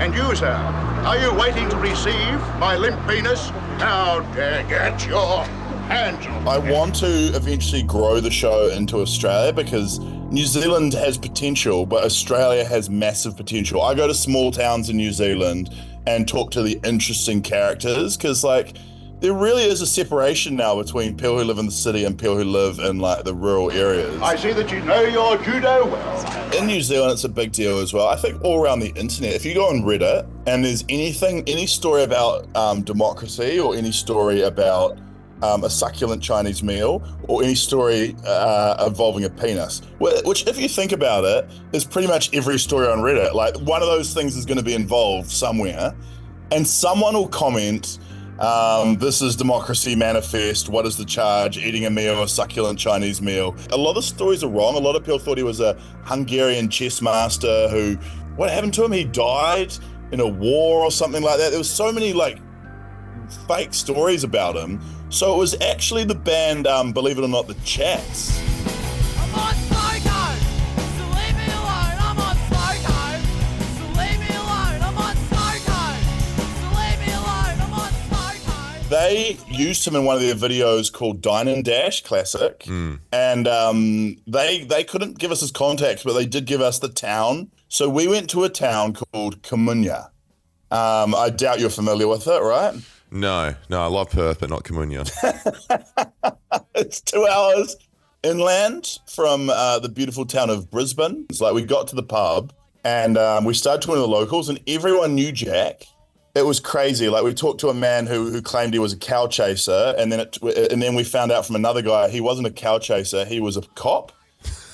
And you, sir, are you waiting to receive my limp penis? How dare get your hands off I want to eventually grow the show into Australia because New Zealand has potential, but Australia has massive potential. I go to small towns in New Zealand and talk to the interesting characters because, like, there really is a separation now between people who live in the city and people who live in like the rural areas. I see that you know your judo well. In New Zealand, it's a big deal as well. I think all around the internet, if you go on Reddit and there's anything, any story about um, democracy or any story about um, a succulent Chinese meal or any story uh, involving a penis, wh- which, if you think about it, is pretty much every story on Reddit. Like one of those things is going to be involved somewhere, and someone will comment. Um, this is Democracy Manifest. What is the charge? Eating a meal, a succulent Chinese meal. A lot of the stories are wrong. A lot of people thought he was a Hungarian chess master who, what happened to him? He died in a war or something like that. There was so many like fake stories about him. So it was actually the band, um, believe it or not, the Chats. They used him in one of their videos called Dine and Dash Classic, and um, they they couldn't give us his contacts, but they did give us the town. So we went to a town called Comunya. Um, I doubt you're familiar with it, right? No, no, I love Perth, but not Comunia. it's two hours inland from uh, the beautiful town of Brisbane. It's like we got to the pub and um, we started talking to the locals, and everyone knew Jack. It was crazy. Like we talked to a man who, who claimed he was a cow chaser, and then it, and then we found out from another guy he wasn't a cow chaser. He was a cop.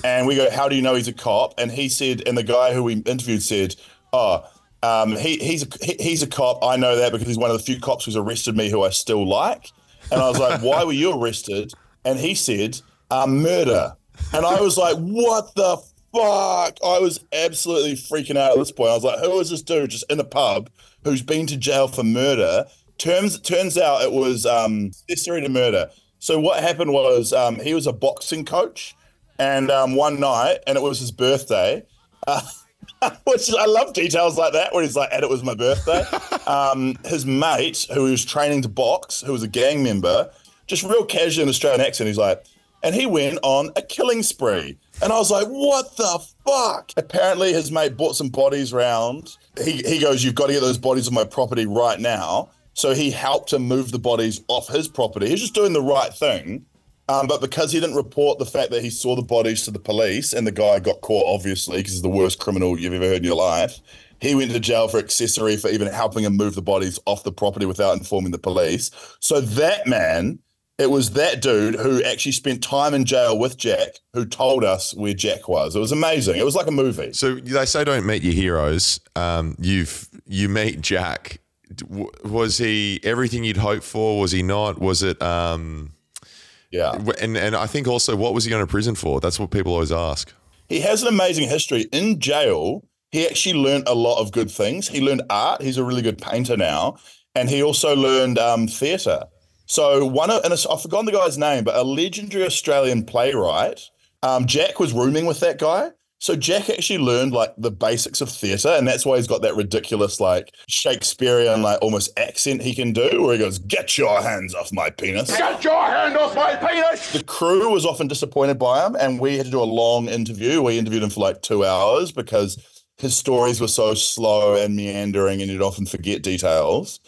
And we go, how do you know he's a cop? And he said, and the guy who we interviewed said, oh, um, he, he's a, he, he's a cop. I know that because he's one of the few cops who's arrested me who I still like. And I was like, why were you arrested? And he said, uh, murder. And I was like, what the fuck? I was absolutely freaking out at this point. I was like, who is this dude just in a pub who's been to jail for murder? Turns turns out it was um, accessory to murder. So what happened was um, he was a boxing coach, and um, one night, and it was his birthday. Uh, which is- I love details like that, where he's like, and it was my birthday. um, his mate, who he was training to box, who was a gang member, just real casual in Australian accent, he's like, and he went on a killing spree. And I was like, what the fuck? Apparently, his mate bought some bodies round. He, he goes, you've got to get those bodies on my property right now. So he helped him move the bodies off his property. He's just doing the right thing. Um, but because he didn't report the fact that he saw the bodies to the police and the guy got caught, obviously, because he's the worst criminal you've ever heard in your life, he went to jail for accessory for even helping him move the bodies off the property without informing the police. So that man, it was that dude who actually spent time in jail with Jack who told us where Jack was. It was amazing. It was like a movie. So they say don't meet your heroes. Um, you've you meet Jack. D- w- Was he everything you'd hoped for? Was he not? Was it? Um, yeah. And and I think also, what was he going to prison for? That's what people always ask. He has an amazing history. In jail, he actually learned a lot of good things. He learned art. He's a really good painter now, and he also learned um, theatre. So one, of, and it's- I've forgotten the guy's name, but a legendary Australian playwright, um, Jack was rooming with that guy. So Jack actually learned like the basics of theatre, and that's why he's got that ridiculous like Shakespearean like almost accent he can do, where he goes, "Get your hands off my penis." Get your hand off my penis! The crew was often disappointed by him, and we had to do a long interview. We interviewed him for like two hours because his stories were so slow and meandering, and you'd often forget details.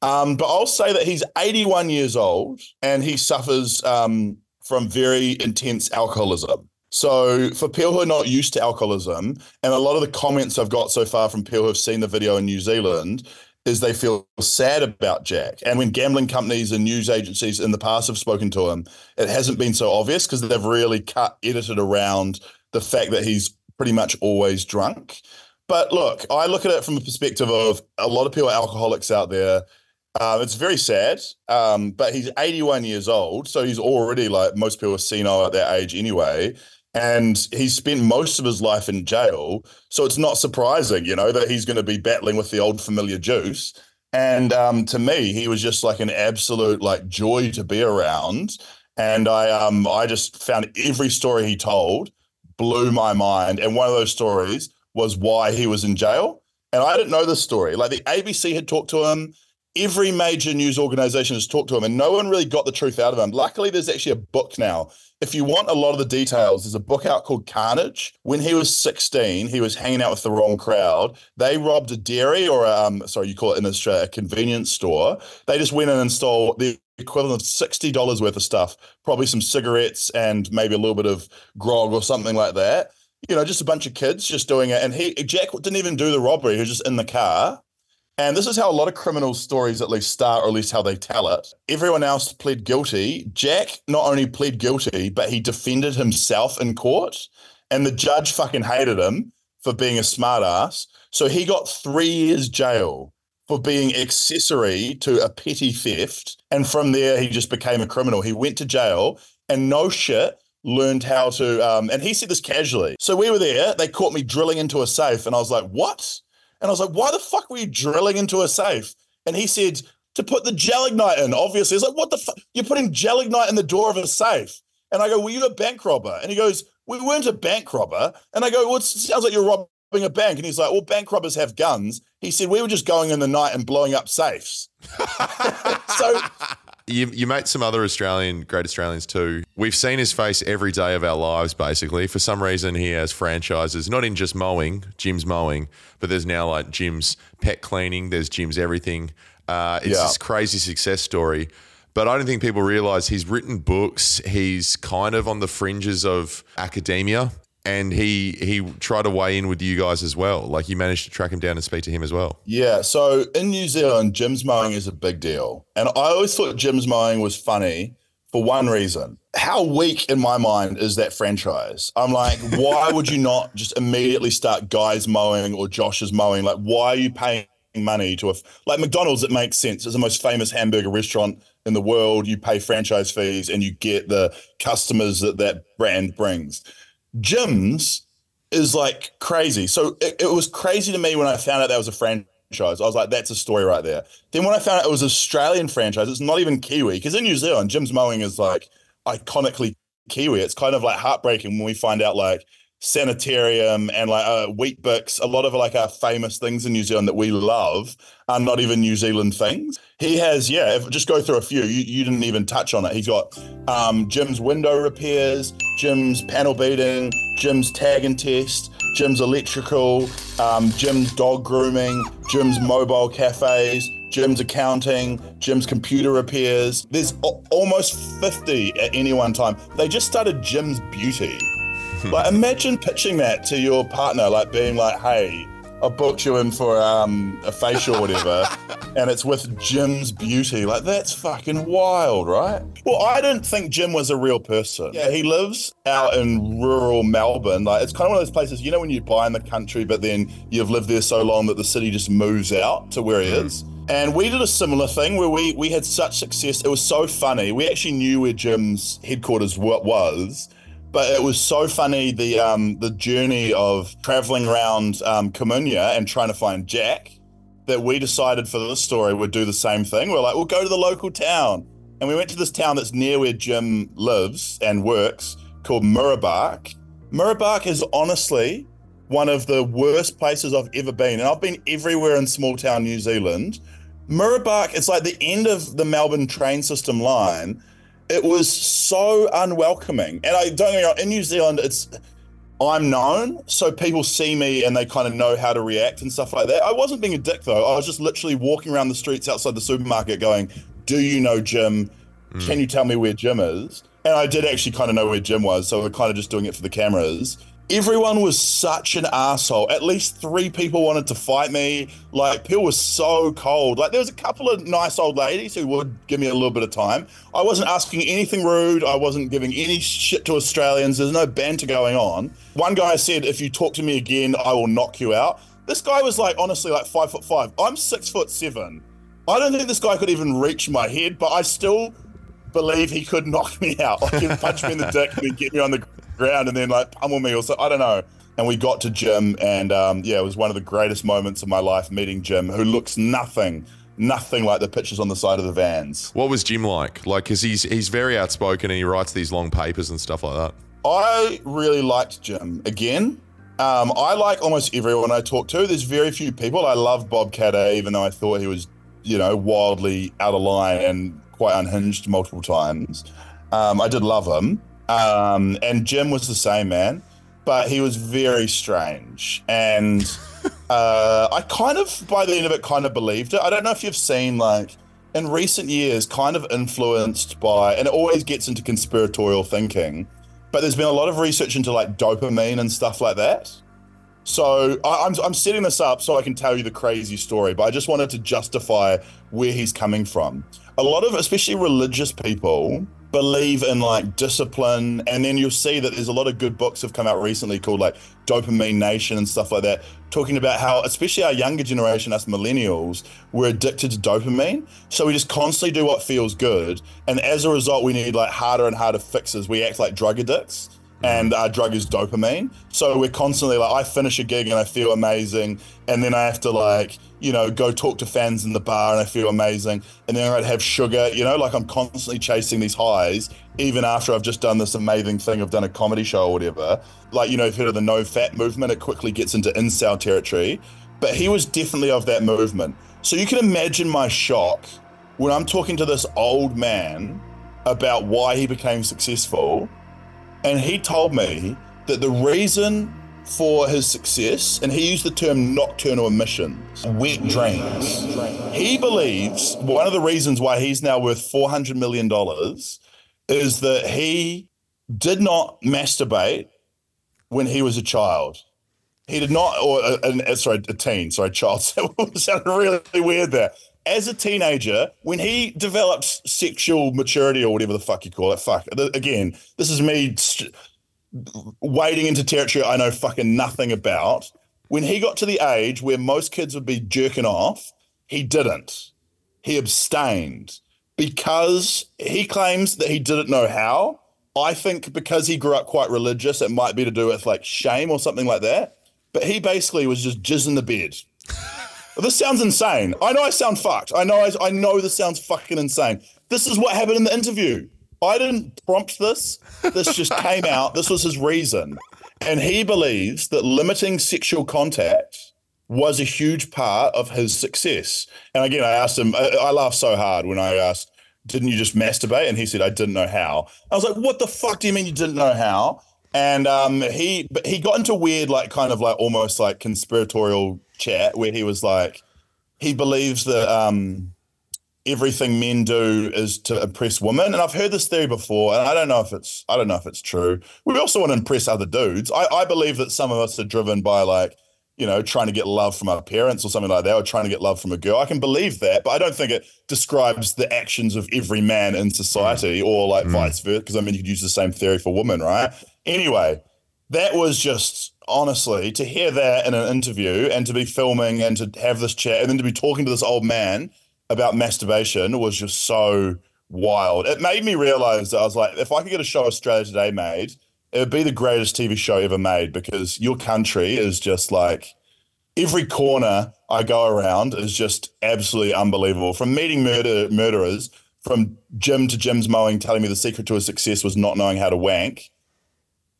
Um, but I'll say that he's 81 years old and he suffers um, from very intense alcoholism. So, for people who are not used to alcoholism, and a lot of the comments I've got so far from people who have seen the video in New Zealand is they feel sad about Jack. And when gambling companies and news agencies in the past have spoken to him, it hasn't been so obvious because they've really cut, edited around the fact that he's pretty much always drunk. But look, I look at it from a perspective of a lot of people are alcoholics out there. Uh, it's very sad, um, but he's 81 years old, so he's already like most people are senile at that age anyway and he's spent most of his life in jail. So it's not surprising, you know, that he's going to be battling with the old familiar juice. And um, to me, he was just like an absolute like joy to be around. And I um I just found every story he told blew my mind. And one of those stories was why he was in jail. And I didn't know this story. Like the ABC had talked to him. Every major news organization has talked to him, and no one really got the truth out of him. Luckily, there's actually a book now if you want a lot of the details, there's a book out called Carnage. When he was 16, he was hanging out with the wrong crowd. They robbed a dairy or, a, um, sorry, you call it in Australia, a convenience store. They just went in and stole the equivalent of $60 worth of stuff, probably some cigarettes and maybe a little bit of grog or something like that. You know, just a bunch of kids just doing it. And he, Jack didn't even do the robbery. He was just in the car. And this is how a lot of criminal stories at least start, or at least how they tell it. Everyone else pled guilty. Jack not only pled guilty, but he defended himself in court. And the judge fucking hated him for being a smartass. So he got three years jail for being accessory to a petty theft. And from there, he just became a criminal. He went to jail and no shit, learned how to. Um, and he said this casually. So we were there. They caught me drilling into a safe. And I was like, what? And I was like, why the fuck were you drilling into a safe? And he said, to put the gel ignite in, obviously. It's like, what the fuck? You're putting gel ignite in the door of a safe. And I go, were you a bank robber? And he goes, we weren't a bank robber. And I go, well, it sounds like you're robbing a bank. And he's like, well, bank robbers have guns. He said, we were just going in the night and blowing up safes. so you, you mate some other Australian, great Australians too. We've seen his face every day of our lives, basically. For some reason, he has franchises, not in just mowing, Jim's mowing, but there's now like Jim's pet cleaning, there's Jim's everything. Uh, it's Yeah. this crazy success story. But I don't think people realize he's written books. He's kind of on the fringes of academia. And he he tried to weigh in with you guys as well. Like you managed to track him down and speak to him as well. Yeah, so in New Zealand, Jim's mowing is a big deal. And I always thought Jim's mowing was funny for one reason. How weak in my mind is that franchise? I'm like, why would you not just immediately start Guy's mowing or Josh's mowing? Like, why are you paying money to a like McDonald's? It makes sense. It's the most famous hamburger restaurant in the world. You pay franchise fees and you get the customers that that brand brings. Jim's is like crazy. So it, it was crazy to me when I found out that was a franchise. I was like, that's a story right there. Then when I found out it was Australian franchise, it's not even Kiwi because in New Zealand, Jim's Mowing is like iconically Kiwi. It's kind of like heartbreaking when we find out like sanitarium and like uh, wheat bix a lot of like our famous things in new zealand that we love are not even new zealand things he has yeah if, just go through a few you, you didn't even touch on it he's got um, jim's window repairs jim's panel beating jim's tag and test jim's electrical um, jim's dog grooming jim's mobile cafes jim's accounting jim's computer repairs there's a- almost 50 at any one time they just started jim's beauty like imagine pitching that to your partner, like being like, "Hey, I booked you in for um, a facial or whatever, and it's with Jim's beauty." Like that's fucking wild, right? Well, I didn't think Jim was a real person. Yeah, he lives out in rural Melbourne. Like it's kind of one of those places, you know, when you buy in the country, but then you've lived there so long that the city just moves out to where he is. And we did a similar thing where we we had such success. It was so funny. We actually knew where Jim's headquarters wa- was but it was so funny the um, the journey of traveling around um, Comunia and trying to find Jack that we decided for this story would do the same thing. We're like, we'll go to the local town, and we went to this town that's near where Jim lives and works called Murrabbark. Murrabbark is honestly one of the worst places I've ever been, and I've been everywhere in small town New Zealand. Murrabbark, it's like the end of the Melbourne train system line it was so unwelcoming. And I don't get me wrong, in New Zealand, it's I'm known, so people see me and they kind of know how to react and stuff like that. I wasn't being a dick though. I was just literally walking around the streets outside the supermarket, going, "Do you know Jim? Can you tell me where Jim is?" And I did actually kind of know where Jim was, so we're kind of just doing it for the cameras. Everyone was such an asshole. At least three people wanted to fight me. Like Pill was so cold. Like there was a couple of nice old ladies who would give me a little bit of time. I wasn't asking anything rude. I wasn't giving any shit to Australians. There's no banter going on. One guy said, "If you talk to me again, I will knock you out." This guy was like honestly like five foot five. I'm six foot seven. I don't think this guy could even reach my head, but I still believe he could knock me out. Like, he'd punch me in the dick and then get me on the ground and then, like, pummel me or so. I don't know. And we got to Jim, and um, yeah, it was one of the greatest moments of my life meeting Jim, who looks nothing, nothing like the pictures on the side of the vans. What was Jim like? Like, because he's, he's very outspoken and he writes these long papers and stuff like that. I really liked Jim. Again, um, I like almost everyone I talk to. There's very few people. I love Bob Catter, even though I thought he was, you know, wildly out of line and quite unhinged multiple times. Um, I did love him. Um, and Jim was the same man, but he was very strange. And uh, I kind of, by the end of it, kind of believed it. I don't know if you've seen, like, in recent years, kind of influenced by, and it always gets into conspiratorial thinking, but there's been a lot of research into, like, dopamine and stuff like that. So I, am I'm, I'm setting this up so I can tell you the crazy story, but I just wanted to justify where he's coming from. A lot of, especially religious people, believe in like discipline, and then you'll see that there's a lot of good books have come out recently called like Dopamine Nation and stuff like that, talking about how, especially our younger generation, us millennials, we're addicted to dopamine, so we just constantly do what feels good, and as a result, we need like harder and harder fixes. We act like drug addicts and our drug is dopamine. So we're constantly like, I finish a gig and I feel amazing, and then I have to like, you know, go talk to fans in the bar and I feel amazing, and then I'd have sugar, you know, like I'm constantly chasing these highs, even after I've just done this amazing thing, I've done a comedy show or whatever. Like, you know, if you've heard of the no fat movement, it quickly gets into incel territory. But he was definitely of that movement. So you can imagine my shock when I'm talking to this old man about why he became successful. And he told me that the reason for his success, and he used the term nocturnal emissions, wet dreams. He believes one of the reasons why he's now worth $400 million is that he did not masturbate when he was a child. He did not, or uh, sorry, a teen, sorry, child. sounded really weird there. As a teenager, when he developed sexual maturity or whatever the fuck you call it, fuck. Again, this is me st- wading into territory I know fucking nothing about. When he got to the age where most kids would be jerking off, he didn't. He abstained because he claims that he didn't know how. I think because he grew up quite religious, it might be to do with like shame or something like that but he basically was just jizzing the bed. this sounds insane. I know I sound fucked. I know I, I, know this sounds fucking insane. This is what happened in the interview. I didn't prompt this. This just came out. This was his reason. And he believes that limiting sexual contact was a huge part of his success. And again, I asked him, I, I laughed so hard when I asked, didn't you just masturbate? And he said, I didn't know how. I was like, what the fuck do you mean you didn't know how? and um, he but he got into weird like kind of like almost like conspiratorial chat where he was like he believes that um, everything men do is to impress women and i've heard this theory before and i don't know if it's i don't know if it's true we also want to impress other dudes i, I believe that some of us are driven by like you know trying to get love from our parents or something like that or trying to get love from a girl i can believe that but i don't think it describes the actions of every man in society or like mm. vice versa because i mean you could use the same theory for women right anyway, that was just honestly to hear that in an interview and to be filming and to have this chat and then to be talking to this old man about masturbation was just so wild. It made me realize that I was like, if I could get a show Australia Today made, it would be the greatest TV show ever made because your country is just like every corner I go around is just absolutely unbelievable. From meeting murder murderers, from Jim to Jim's mowing telling me the secret to his success was not knowing how to wank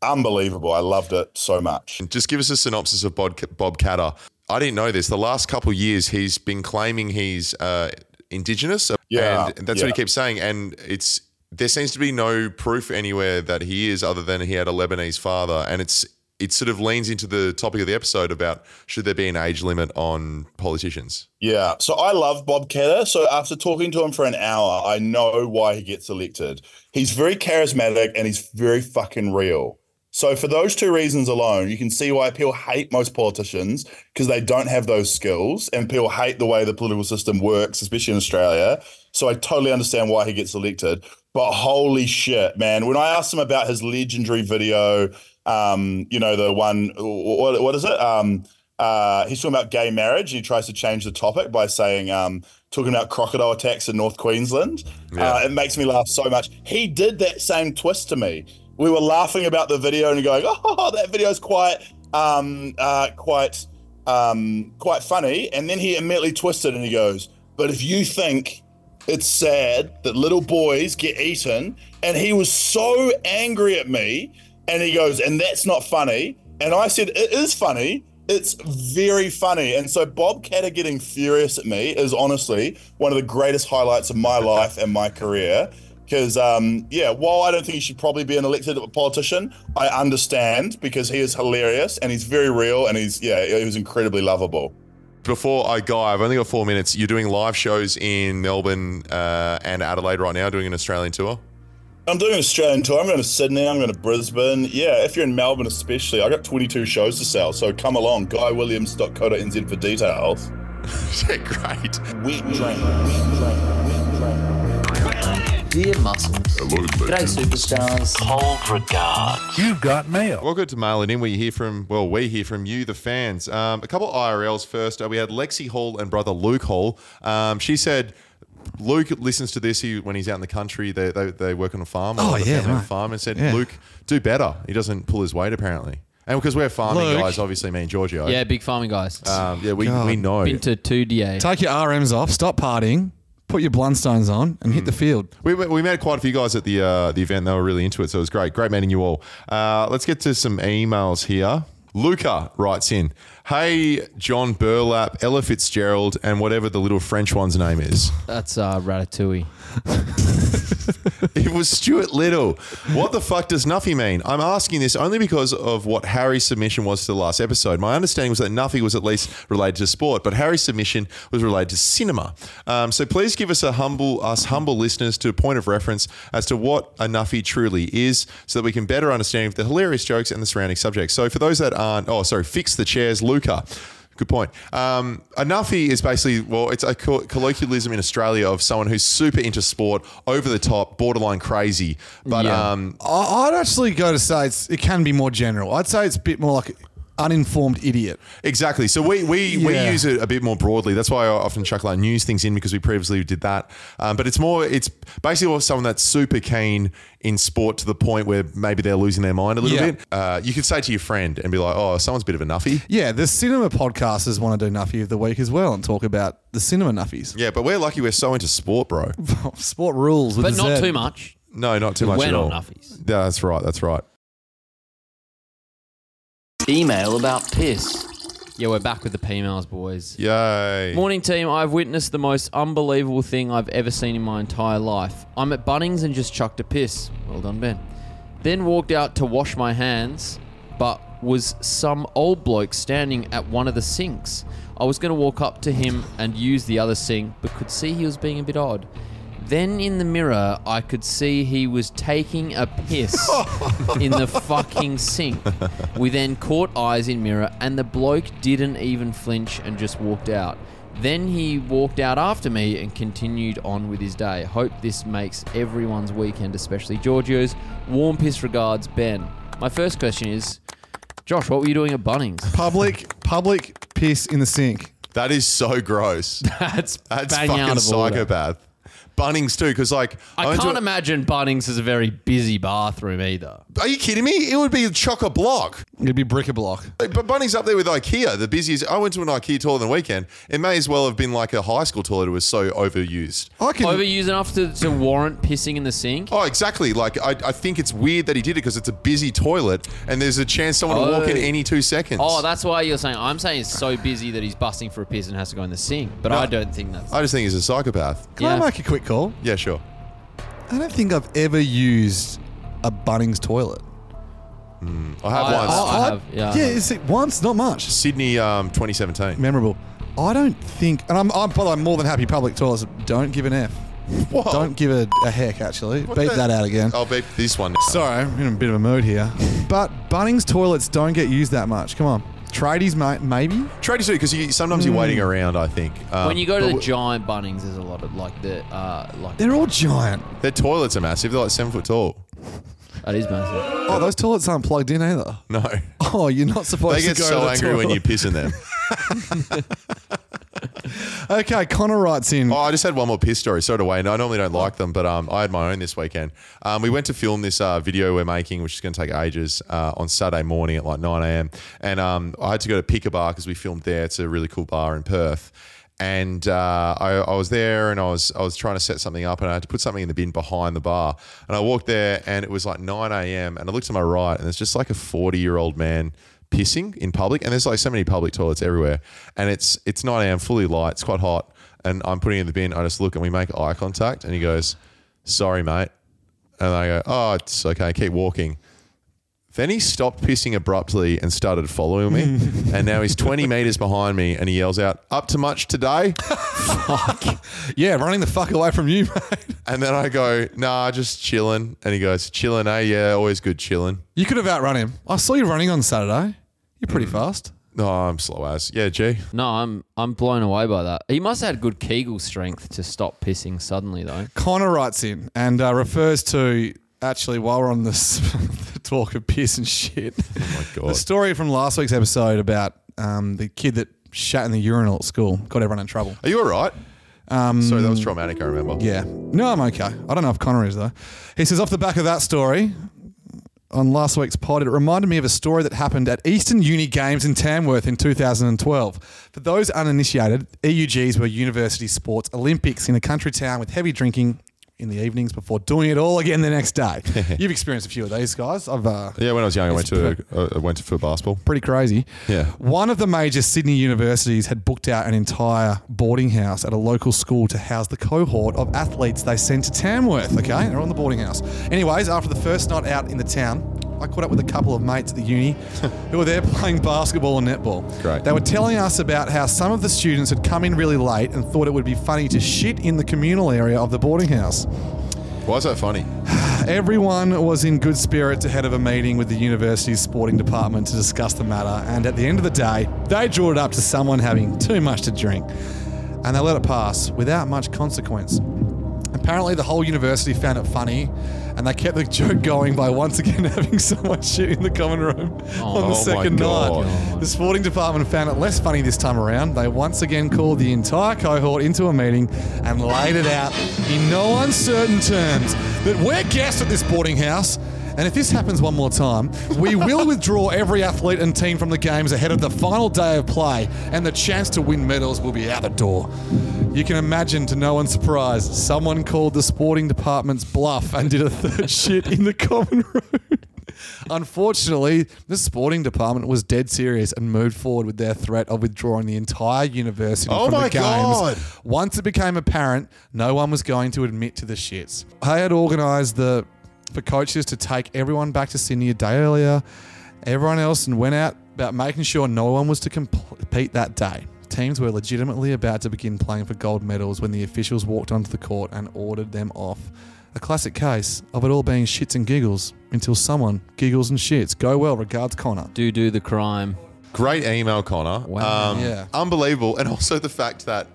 unbelievable. I loved it so much. Just give us a synopsis of Bob, Bob Catter. I didn't know this. The last couple years, he's been claiming he's uh, indigenous. Yeah, and that's yeah. what he keeps saying. And it's there seems to be no proof anywhere that he is, other than he had a Lebanese father. And it's it sort of leans into the topic of the episode about should there be an age limit on politicians? Yeah. So I love Bob Ketter. So after talking to him for an hour, I know why he gets elected. He's very charismatic and he's very fucking real So for those two reasons alone, you can see why people hate most politicians because they don't have those skills, and people hate the way the political system works, especially in Australia. So I totally understand why he gets elected. But holy shit, man! When I asked him about his legendary video, um, you know the one, what, what is it? Um, uh, he's talking about gay marriage. He tries to change the topic by saying, um, talking about crocodile attacks in North Queensland. Yeah. Uh, it makes me laugh so much. He did that same twist to me. We were laughing about the video and going, "Oh, that video's quite, um, uh, quite, um, quite funny." And then he immediately twisted and he goes, "But if you think it's sad that little boys get eaten," and he was so angry at me, and he goes, "And that's not funny." And I said, "It is funny." It's very funny. And so Bob Catter getting furious at me is honestly one of the greatest highlights of my life and my career. Because, um, yeah, while I don't think he should probably be an elected politician, I understand because he is hilarious and he's very real and he's, yeah, he was incredibly lovable. Before I go, I've only got four minutes. You're doing live shows in Melbourne uh, and Adelaide right now, doing an Australian tour. I'm doing an Australian tour. I'm going to Sydney. I'm going to Brisbane. Yeah, if you're in Melbourne, especially, I got 22 shows to sell. So come along, guywilliams.co.nz for details. Great. Wet Dear muscles. G'day, superstars. Cold regard. You've got mail. Welcome to Mail It In, where you hear from, well, we hear from you, the fans. Um, a couple of IRLs first. Uh, we had Lexi Hall and brother Luke Hall. Um, she said, Luke listens to this he, when he's out in the country. They, they, they work on a farm. or Oh, the yeah, family on a right. farm and said, Yeah. Luke, do better. He doesn't pull his weight, apparently. And because we're farming Luke. guys, obviously, me and Giorgio. Yeah, big farming guys. Um, yeah, we, we know. Been to two DA. Take your RMs off, stop partying, put your Blundstones on, and hit the Mm. field. We, we met quite a few guys at the uh, the event. They were really into it, so it was great. Great meeting you all. Uh, let's get to some emails here. Luca writes in, "Hey John Burlap, Ella Fitzgerald, and whatever the little French one's name is. That's uh, Ratatouille. It was Stuart Little. What the fuck does Nuffy mean? I'm asking this only because of what Harry's submission was to the last episode. My understanding was that Nuffy was at least related to sport, but Harry's submission was related to cinema. Um, so please give us a humble, us humble listeners, to a point of reference as to what a Nuffy truly is, so that we can better understand the hilarious jokes and the surrounding subjects. So for those that aren't, oh, sorry, fix the chairs, Luca. Good point. Um, a Nuffy is basically, well, it's a co- colloquialism in Australia of someone who's super into sport, over the top, borderline crazy. But um, I, I'd actually go to say it's, it can be more general. I'd say it's a bit more like uninformed idiot. exactly. So we we, we Yeah. use it a bit more broadly. That's why I often chuck like news things in because we previously did that. Um, but it's more, it's basically someone that's super keen in sport to the point where maybe they're losing their mind a little Yeah. bit. Uh, you could say to your friend and be like, oh, someone's a bit of a Nuffy. Yeah, the cinema podcasters want to do Nuffy of the Week as well and talk about the cinema Nuffies. Yeah, but we're lucky we're so into sport, bro. Sport rules. With But a not Z. too much. No, not too We're much at not all. Nuffies. Yeah, that's right. That's right. Email about piss. Yeah, we're back with the P-mails, boys. Yay. Morning, team. I've witnessed the most unbelievable thing I've ever seen in my entire life. I'm at Bunnings and just chucked a piss. Well done, Ben. Then walked out to wash my hands, but was some old bloke standing at one of the sinks. I was going to walk up to him and use the other sink, but could see he was being a bit odd. Then in the mirror, I could see he was taking a piss in the fucking sink. We then caught eyes in mirror, and the bloke didn't even flinch and just walked out. Then he walked out after me and continued on with his day. Hope this makes everyone's weekend, especially Giorgio's. Warm piss regards, Ben. My first question is Josh, what were you doing at Bunnings? Public, public piss in the sink. That is so gross. That's that's bang fucking out of order. psychopath. Bunnings too, because like I, went to can't a- imagine Bunnings is a very busy bathroom either. Are you kidding me? It would be chock a block. It'd be brick a block. But Bunnings up there with IKEA, the busiest. I went to an IKEA toilet on the weekend. It may as well have been like a high school toilet. It was so overused. I can Overuse enough to, to warrant pissing in the sink? Oh, exactly. Like I, I think it's weird that he did it because it's a busy toilet and there's a chance someone will walk in Oh. any two seconds. Oh, that's why you're saying. I'm saying it's so busy that he's busting for a piss and has to go in the sink. But I don't think that's. I just think he's a psychopath. Can I make a quick call? Yeah, sure. I don't think I've ever used a Bunnings toilet. I have I- once. I- I have, yeah, I have. it's once, not much. Sydney, um, 2017. Memorable. I don't think, and I'm, I'm, by the way, more than happy public toilets don't give an F. Don't give a, a heck, actually. Beep Oh. the- Oh. that out again. I'll beep this one. Sorry, I'm in a bit of a mood here. But Bunnings toilets don't get used that much. Come on. Tradies, ma- maybe? Tradies do because you, sometimes you're Hmm. waiting around. I think Um, when you go to but the w- giant Bunnings, there's a lot of like the uh, like They're all giant. their toilets are massive. They're like seven foot tall. That is massive. Oh, those toilets aren't plugged in either. No, Oh, you're not supposed they to get go to so the angry when toilet. you piss in them. Okay, Connor writes in. Oh, I just had one more piss story. Sorry to wait. I normally don't like them, but um, I had my own this weekend. Um, we went to film this uh, video we're making, which is going to take ages, uh, on Saturday morning at like 9 a.m. And um, I had to go to Picker Bar because we filmed there. It's a really cool bar in Perth. And uh, I, I was there and I was I was trying to set something up and I had to put something in the bin behind the bar. And I walked there and it was like 9 a.m. And I looked to my right and there's just like a 40 year old man pissing in public. And there's like so many public toilets everywhere. And it's it's 9 a.m. fully light. It's quite hot and I'm putting it in the bin. I just look and we make eye contact, and he goes, "Sorry, mate," and I go, "Oh, it's okay." Keep walking. Then he stopped pissing abruptly and started following me, and now he's 20 meters behind me, and he yells out, "Up to much today?" Fuck. Yeah, running the fuck away from you, mate. And then I go, "Nah, just chilling," and he goes, "Chilling, eh? Yeah, always good chilling." You could have outrun him. I saw you running on Saturday. You're pretty Hmm. fast. No, I'm slow as. Yeah, G. No, I'm I'm blown away by that. He must have had good Kegel strength to stop pissing suddenly though. Connor writes in and uh, refers to actually while we're on this the talk of piss and shit. Oh my god! The story from last week's episode about um, the kid that shat in the urinal at school got everyone in trouble. Are you all right? Um, Sorry, that was traumatic. I remember. Yeah. No, I'm okay. I don't know if Connor is, though. He says, off the back of that story on last week's pod, it reminded me of a story that happened at Eastern Uni Games in Tamworth in 2012. For those uninitiated, EUGs were university sports Olympics in a country town with heavy drinking in the evenings before doing it all again the next day. You've experienced a few of these guys. I've uh, Yeah, when I was young, I went to uh, I went to for basketball. pretty crazy. Yeah. One of the major Sydney universities had booked out an entire boarding house at a local school to house the cohort of athletes they sent to Tamworth. Okay, they're on the boarding house. Anyways, after the first night out in the town, I caught up with a couple of mates at the uni who were there playing basketball and netball. Great. They were telling us about how some of the students had come in really late and thought it would be funny to shit in the communal area of the boarding house. Why is that funny? Everyone was in good spirits ahead of a meeting with the university's sporting department to discuss the matter, and at the end of the day, they drew it up to someone having too much to drink, and they let it pass without much consequence. Apparently, the whole university found it funny, and they kept the joke going by once again having someone shoot in the common room on Oh my the second God. night. The sporting department found it less funny this time around. They once again called the entire cohort into a meeting and laid it out in no uncertain terms that we're guests at this boarding house. And if this happens one more time, we will withdraw every athlete and team from the games ahead of the final day of play, and the chance to win medals will be out the door. You can imagine, to no one's surprise, someone called the sporting department's bluff and did a third shit in the common room. Unfortunately, the sporting department was dead serious and moved forward with their threat of withdrawing the entire university Oh from my the games. God. Once it became apparent, no one was going to admit to the shits. I had organised the for coaches to take everyone back to Sydney a day earlier, everyone else, and went out about making sure no one was to compete that day. Teams were legitimately about to begin playing for gold medals when the officials walked onto the court and ordered them off. A classic case of it all being shits and giggles until someone giggles and shits. Go well, regards, Connor. Do do the crime. Great email, Connor. Wow. Yeah. Unbelievable. And also the fact that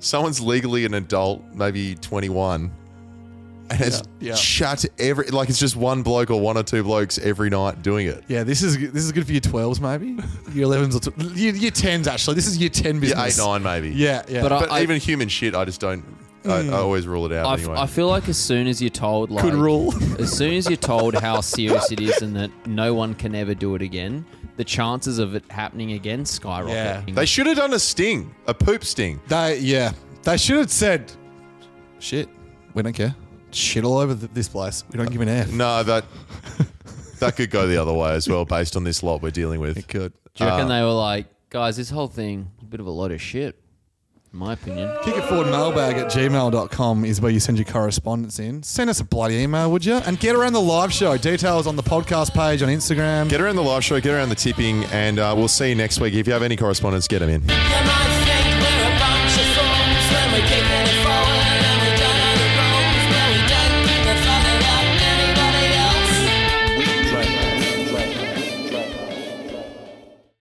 someone's legally an adult, maybe 21, and has Yeah. Yeah. chat every, like it's just one bloke or one or two blokes every night doing it. Yeah, this is this is good for your twelves, maybe your elevens or tw- year, year tens. Actually, this is year ten Yeah, business. eight, nine, maybe. Yeah, yeah. But, But I- even human shit, I just don't, I, I always rule it out I, f- anyway. I feel like as soon as you're told, like, Could rule. as soon as you're told how serious it is and that no one can ever do it again, the chances of it happening again skyrocket. they should have done a sting, a poop sting. They yeah, they should have said, "Shit, we don't care. Shit all over th- this place. We don't give an f." No, that that could go the other way as well, based on this lot we're dealing with. It could. Do you reckon Uh. they were like, guys, this whole thing is a bit of a lot of shit, in my opinion. Kick it forward mailbag at gmail.com is where you send your correspondence in. Send us a bloody email, would you? And get around the live show. Details on the podcast page on Instagram. Get around the live show, get around the tipping, and uh, we'll see you next week. If you have any correspondence, get them in. We're a bunch of fools when we kick it